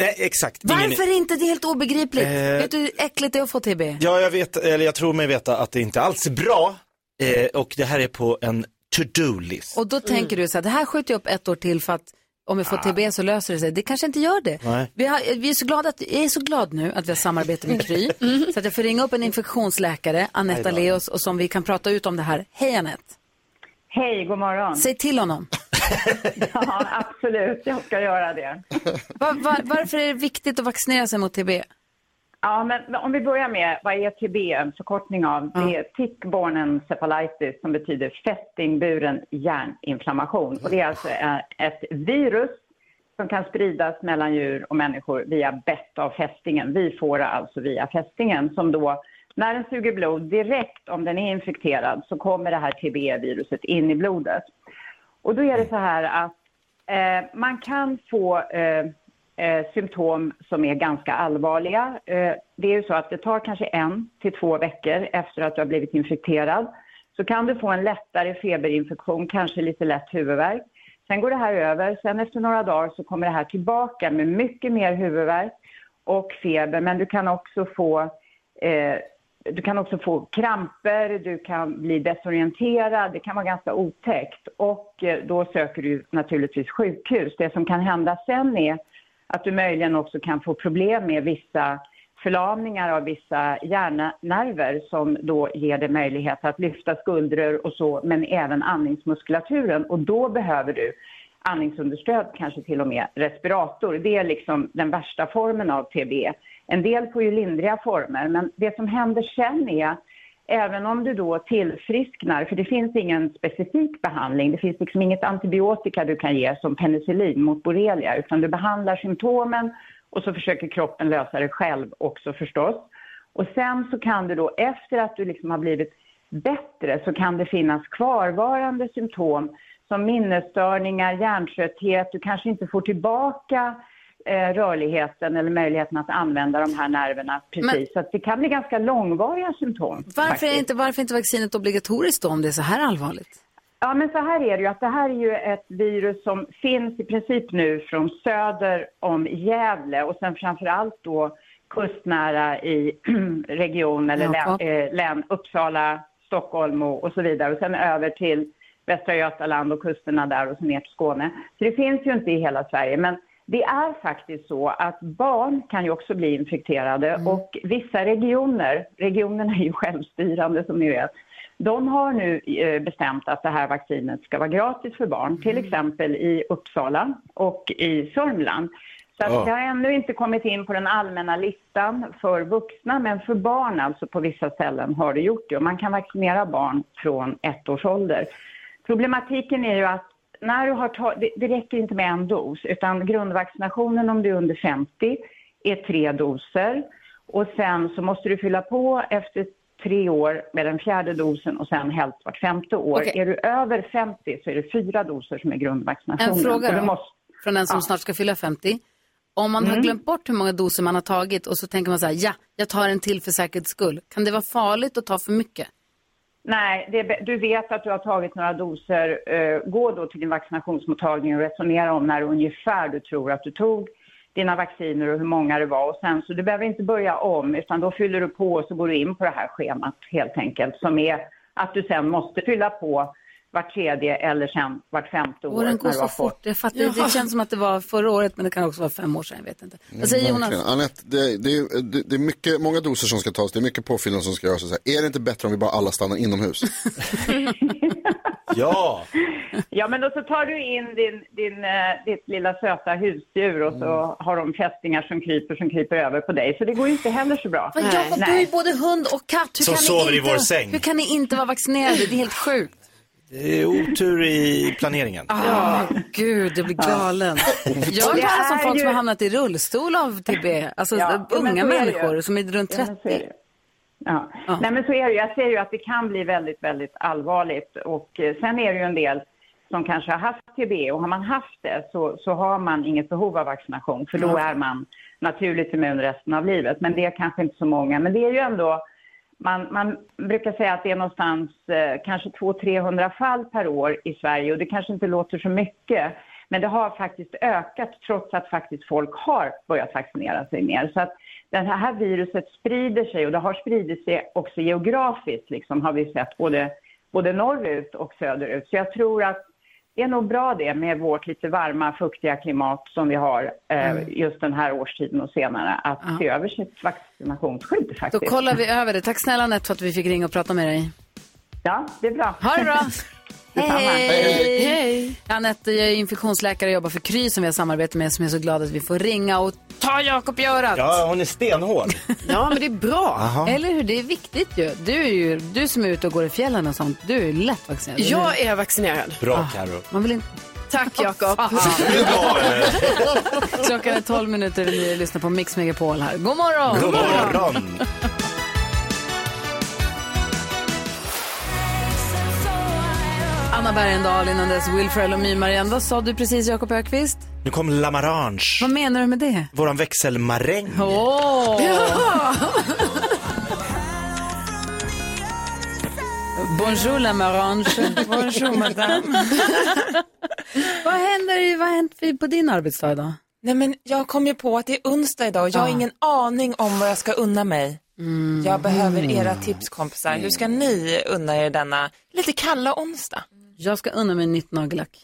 Speaker 3: Nej, exakt. Ingen-
Speaker 2: Varför inte? Eh, Det är helt obegripligt.
Speaker 3: Eh.
Speaker 2: Vet du hur äckligt det är att få TB?
Speaker 3: Ja, jag vet, eller jag tror mig veta att det inte alls är bra. Eh, och det här är på en to-do-list.
Speaker 2: Och då tänker du så här, det här skjuter jag upp ett år till för att om jag får TB så löser det sig. Det kanske inte gör det.
Speaker 3: Ah. Nej.
Speaker 2: Vi, har, vi är så glada att, jag är så glad nu att vi har samarbete med Kry.
Speaker 3: Mm.
Speaker 2: Så att jag får ringa upp en infektionsläkare,
Speaker 18: Hej
Speaker 2: Anette
Speaker 18: då.
Speaker 2: Aleos, och som vi kan prata ut om det här. Hej Anette,
Speaker 18: Hej, god morgon.
Speaker 2: säg till honom.
Speaker 18: Ja, absolut, jag ska göra det.
Speaker 2: Va- va- varför är det viktigt att vaccinera sig mot TB?
Speaker 18: Ja, men om vi börjar med, vad är TB? En förkortning av, det är tick-borne encephalitis som betyder fästingburen hjärninflammation. Och det är alltså eh, ett virus som kan spridas mellan djur och människor via bett av fästingen. Vi får det alltså via fästingen som då, när den suger blod direkt, om den är infekterad, så kommer det här TB-viruset in i blodet. Och då är det så här att eh, man kan få eh, eh, symptom som är ganska allvarliga. Eh, det är ju så att det tar kanske en till två veckor efter att du har blivit infekterad. Så kan du få en lättare feberinfektion, kanske lite lätt huvudvärk. Sen går det här över. Sen efter några dagar så kommer det här tillbaka med mycket mer huvudvärk och feber. Men du kan också få eh, du kan också få kramper, du kan bli desorienterad, det kan vara ganska otäckt. Och eh, då söker du naturligtvis sjukhus. Det som kan hända sen är att du möjligen också kan få problem med vissa förlamningar av vissa hjärnnerver som då ger dig möjlighet att lyfta skuldror och så, men även andningsmuskulaturen. Och då behöver du andningsunderstöd, kanske till och med respirator. Det är liksom den värsta formen av TB. En del får ju lindriga former, men det som händer sen är Även om du då tillfrisknar, för det finns ingen specifik behandling, det finns liksom inget antibiotika du kan ge som penicillin mot borrelia, utan du behandlar symptomen och så försöker kroppen lösa det själv också förstås. Och sen så kan du då, efter att du liksom har blivit bättre, så kan det finnas kvarvarande symptom som minnesstörningar, hjärntrötthet, du kanske inte får tillbaka eh, rörligheten eller möjligheten att använda de här nerverna precis.
Speaker 2: Men-
Speaker 18: Så att det kan bli ganska långvariga symptom.
Speaker 2: Varför är,
Speaker 18: faktiskt.
Speaker 2: inte, varför är inte vaccinet obligatoriskt då, om det är så här allvarligt?
Speaker 18: Ja, men så här är det ju att det här är ju ett virus som finns i princip nu från söder om Gävle och sen framför allt då kustnära i region eller län,
Speaker 2: Jakob.
Speaker 18: eh, län Uppsala, Stockholm och, och så vidare och sen över till Västra Götaland och kusterna där och så ner till Skåne. Så det finns ju inte i hela Sverige men det är faktiskt så att barn kan ju också bli infekterade
Speaker 2: Mm.
Speaker 18: och vissa regioner, regionerna är ju självstyrande som ni vet, de har nu eh, bestämt att det här vaccinet ska vara gratis för barn, till exempel i Uppsala och i Sörmland. Så att
Speaker 8: Ja.
Speaker 18: det har ännu inte kommit in på den allmänna listan för vuxna, men för barn alltså på vissa ställen har det gjort det. Och man kan vaccinera barn från ett års ålder. Problematiken är ju att när du har ta- det, det räcker inte med en dos, utan grundvaccinationen om du är under 50 är tre doser. Och sen så måste du fylla på efter tre år med den fjärde dosen och sen helst vart femte år.
Speaker 2: Okej.
Speaker 18: Är du över 50 så är det fyra doser som är grundvaccinationen.
Speaker 2: En
Speaker 18: Och
Speaker 2: fråga
Speaker 18: du
Speaker 2: då,
Speaker 18: måste-
Speaker 2: från den som
Speaker 18: Ja.
Speaker 2: snart ska fylla 50. Om man har
Speaker 18: Mm.
Speaker 2: glömt bort hur många doser man har tagit och så tänker man så här, ja, jag tar en till för säkerhets skull. Kan det vara farligt att ta för mycket?
Speaker 18: Nej, det, är bä- du vet att du har tagit några doser. Eh, gå då till din vaccinationsmottagning och resonera om när ungefär du tror att du tog dina vacciner och hur många det var. Och sen, så du behöver inte börja om, utan då fyller du på och så går du in på det här schemat helt enkelt, som är att du sen måste fylla på vart tredje eller sen vart femte år.
Speaker 2: Åren går
Speaker 18: när du
Speaker 2: så
Speaker 18: har
Speaker 2: fort,
Speaker 18: fått-
Speaker 2: jag fattar.
Speaker 18: Ja.
Speaker 2: Det känns som att det var förra året, men det kan också vara fem år sedan, jag vet inte. Vad säger
Speaker 5: Mm,
Speaker 2: Jonas?
Speaker 5: verkligen. Anette, det, det, är- det, det är mycket, många doser som ska tas, det är mycket påfyllnad som ska göras. och Så här. Är det inte bättre om vi bara alla stannar inomhus?
Speaker 3: ja!
Speaker 18: Ja, men då så tar du in din, din, eh, ditt lilla söta husdjur och så har de fästingar som kryper som kryper över på dig. Så det går ju inte heller så bra.
Speaker 2: Men Jakob, du är ju både hund och katt. Hur
Speaker 3: Som
Speaker 2: kan ni
Speaker 3: sover i
Speaker 2: inte,
Speaker 3: vår säng.
Speaker 2: Hur kan ni inte vara vaccinerade? Det är helt sjukt.
Speaker 3: Det är otur i planeringen.
Speaker 2: Ja, gud, jag blir galen. Jag har
Speaker 18: Det
Speaker 2: hört talas om
Speaker 18: är
Speaker 2: folk
Speaker 18: ju-
Speaker 2: som har hamnat i rullstol av TB. Alltså
Speaker 18: Ja, jo, men
Speaker 2: unga
Speaker 18: så är det ju.
Speaker 2: människor som är runt
Speaker 18: Ja, men så
Speaker 2: 30.
Speaker 18: är det ju. Ja. Nej, men så är det ju. Jag ser ju att det kan bli väldigt, väldigt allvarligt. Och eh, sen är det ju en del som kanske har haft TB och har man haft det så, så har man inget behov av vaccination för då
Speaker 19: Ja.
Speaker 18: är man naturligt immun resten av livet. Men det är kanske inte så många. Men det är ju ändå, man, man brukar säga att det är någonstans eh, kanske 200-300 fall per år i Sverige och det kanske inte låter så mycket. Men det har faktiskt ökat trots att faktiskt folk har börjat vaccinera sig mer. Så att det här viruset sprider sig och det har spridit sig också geografiskt liksom har vi sett både, både norrut och söderut. Så jag tror att det är nog bra det med vårt lite varma, fuktiga klimat som vi har eh,
Speaker 2: Mm.
Speaker 18: just den här årstiden och senare att se över sitt vaccinationsskydd
Speaker 2: Då
Speaker 18: faktiskt.
Speaker 2: kollar vi över det. Tack snälla Anette för att vi fick ringa och prata med dig.
Speaker 18: Ja, det är bra.
Speaker 2: Ha det bra.
Speaker 18: Detsamma. Hej.
Speaker 2: Anette, jag är infektionsläkare och jobbar för Kry som vi har samarbete med som är så glad att vi får ringa och ta Jakob i örat.
Speaker 3: Ja, hon är stenhård.
Speaker 2: Ja, men det är bra.
Speaker 3: Jaha.
Speaker 2: Eller hur? Det är viktigt ju. Du, är ju. du som är ute och går i fjällen och sånt, du är lätt vaccinerad.
Speaker 13: Jag är vaccinerad.
Speaker 3: Bra Carro.
Speaker 2: Man vill inte...
Speaker 13: Tack Jakob.
Speaker 2: Klockan är 12 minuter över nio. Lyssna på Mix Megapol här. God morgon!
Speaker 3: God morgon!
Speaker 2: Anna Bergendahl, innan dess Will Ferrell och My Marianne. Vad sa du precis, Jakob Ökvist?
Speaker 3: Nu kom Lamarange,
Speaker 2: Vad menar du med det?
Speaker 3: våran växelmaräng.
Speaker 2: Åh!
Speaker 3: Ja.
Speaker 2: Bonjour la marange.
Speaker 19: Bonjour, madame.
Speaker 2: vad händer i, vad har hänt för- på din arbetsdag idag?
Speaker 19: Nej men jag kom ju på att det är onsdag idag och
Speaker 18: Ah.
Speaker 19: jag har
Speaker 2: Ja.
Speaker 19: ingen aning om vad jag ska unna mig.
Speaker 18: Mm.
Speaker 19: Jag behöver era tips kompisar. Hur ska ni unna er denna lite kalla onsdag?
Speaker 2: Jag ska unna mig nytt nagellack.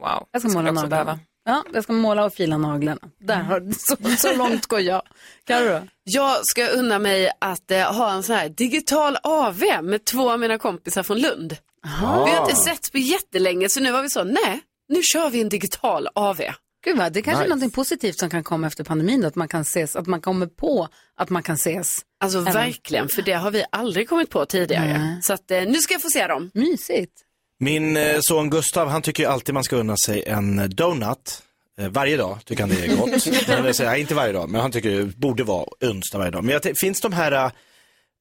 Speaker 19: Wow,
Speaker 2: Jag ska
Speaker 19: det
Speaker 2: måla
Speaker 19: jag också
Speaker 2: naglarna.
Speaker 19: behöva. Mm.
Speaker 2: Ja, jag ska måla och fila naglarna. Där har, så, så långt går jag. Kan du då?
Speaker 6: Jag ska unna mig att eh, ha en sån här digital AV med två av mina kompisar från Lund.
Speaker 2: Aha.
Speaker 6: Vi har inte sett på jättelänge så nu var vi så, nej, nu kör vi en digital AV.
Speaker 2: Gud vad, det kanske är
Speaker 6: Nice.
Speaker 2: något positivt som kan komma efter pandemin, då, att man kan ses, att man kommer på att man kan ses.
Speaker 6: Alltså
Speaker 2: Även-
Speaker 6: verkligen, för det har vi aldrig kommit på tidigare. Så att, eh, nu ska jag få se dem.
Speaker 2: Mysigt.
Speaker 3: Min eh, son Gustav, han tycker ju alltid man ska unna sig en donut. Eh, Varje dag tycker han det är gott. men, det säger- nej, inte varje dag, men han tycker det borde vara onsdag varje dag. Men jag tänk- finns de här eh,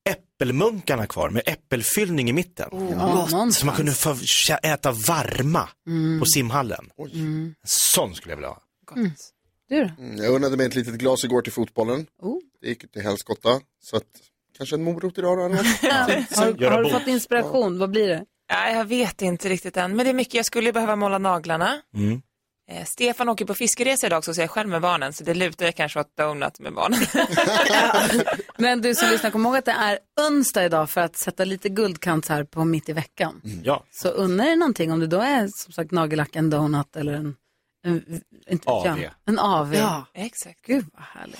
Speaker 3: äppelmunkarna kvar med äppelfyllning i mitten?
Speaker 2: ja, någonstans.
Speaker 3: Som man kunde få kä- äta varma
Speaker 2: Mm.
Speaker 3: på simhallen.
Speaker 2: Mm.
Speaker 3: En sån skulle jag vilja ha.
Speaker 2: Mm. Du då?
Speaker 5: Mm, Jag unnade mig ett litet glas igår till fotbollen.
Speaker 2: Oh.
Speaker 5: Det gick till helskotta. Så att, kanske en morot idag då eller?
Speaker 2: Har, har du fått inspiration? Vad blir det?
Speaker 19: Nej, jag vet inte riktigt än, men det är mycket. Jag skulle behöva måla naglarna.
Speaker 3: Mm.
Speaker 19: Eh, Stefan åker på fiskeresa idag också, så jag är själv med barnen, så det lutar jag kanske åt donut med barnen.
Speaker 2: Men du
Speaker 19: Ah.
Speaker 2: som lyssnar, kom ihåg att det är onsdag idag för att sätta lite guldkant här på mitt i veckan.
Speaker 3: Ja.
Speaker 2: Så unna er någonting om det då är som sagt nagellack, en donut eller en, en, inte vet jag.
Speaker 19: AV.
Speaker 2: en AV.
Speaker 19: Ja, exakt.
Speaker 2: Gud vad härligt.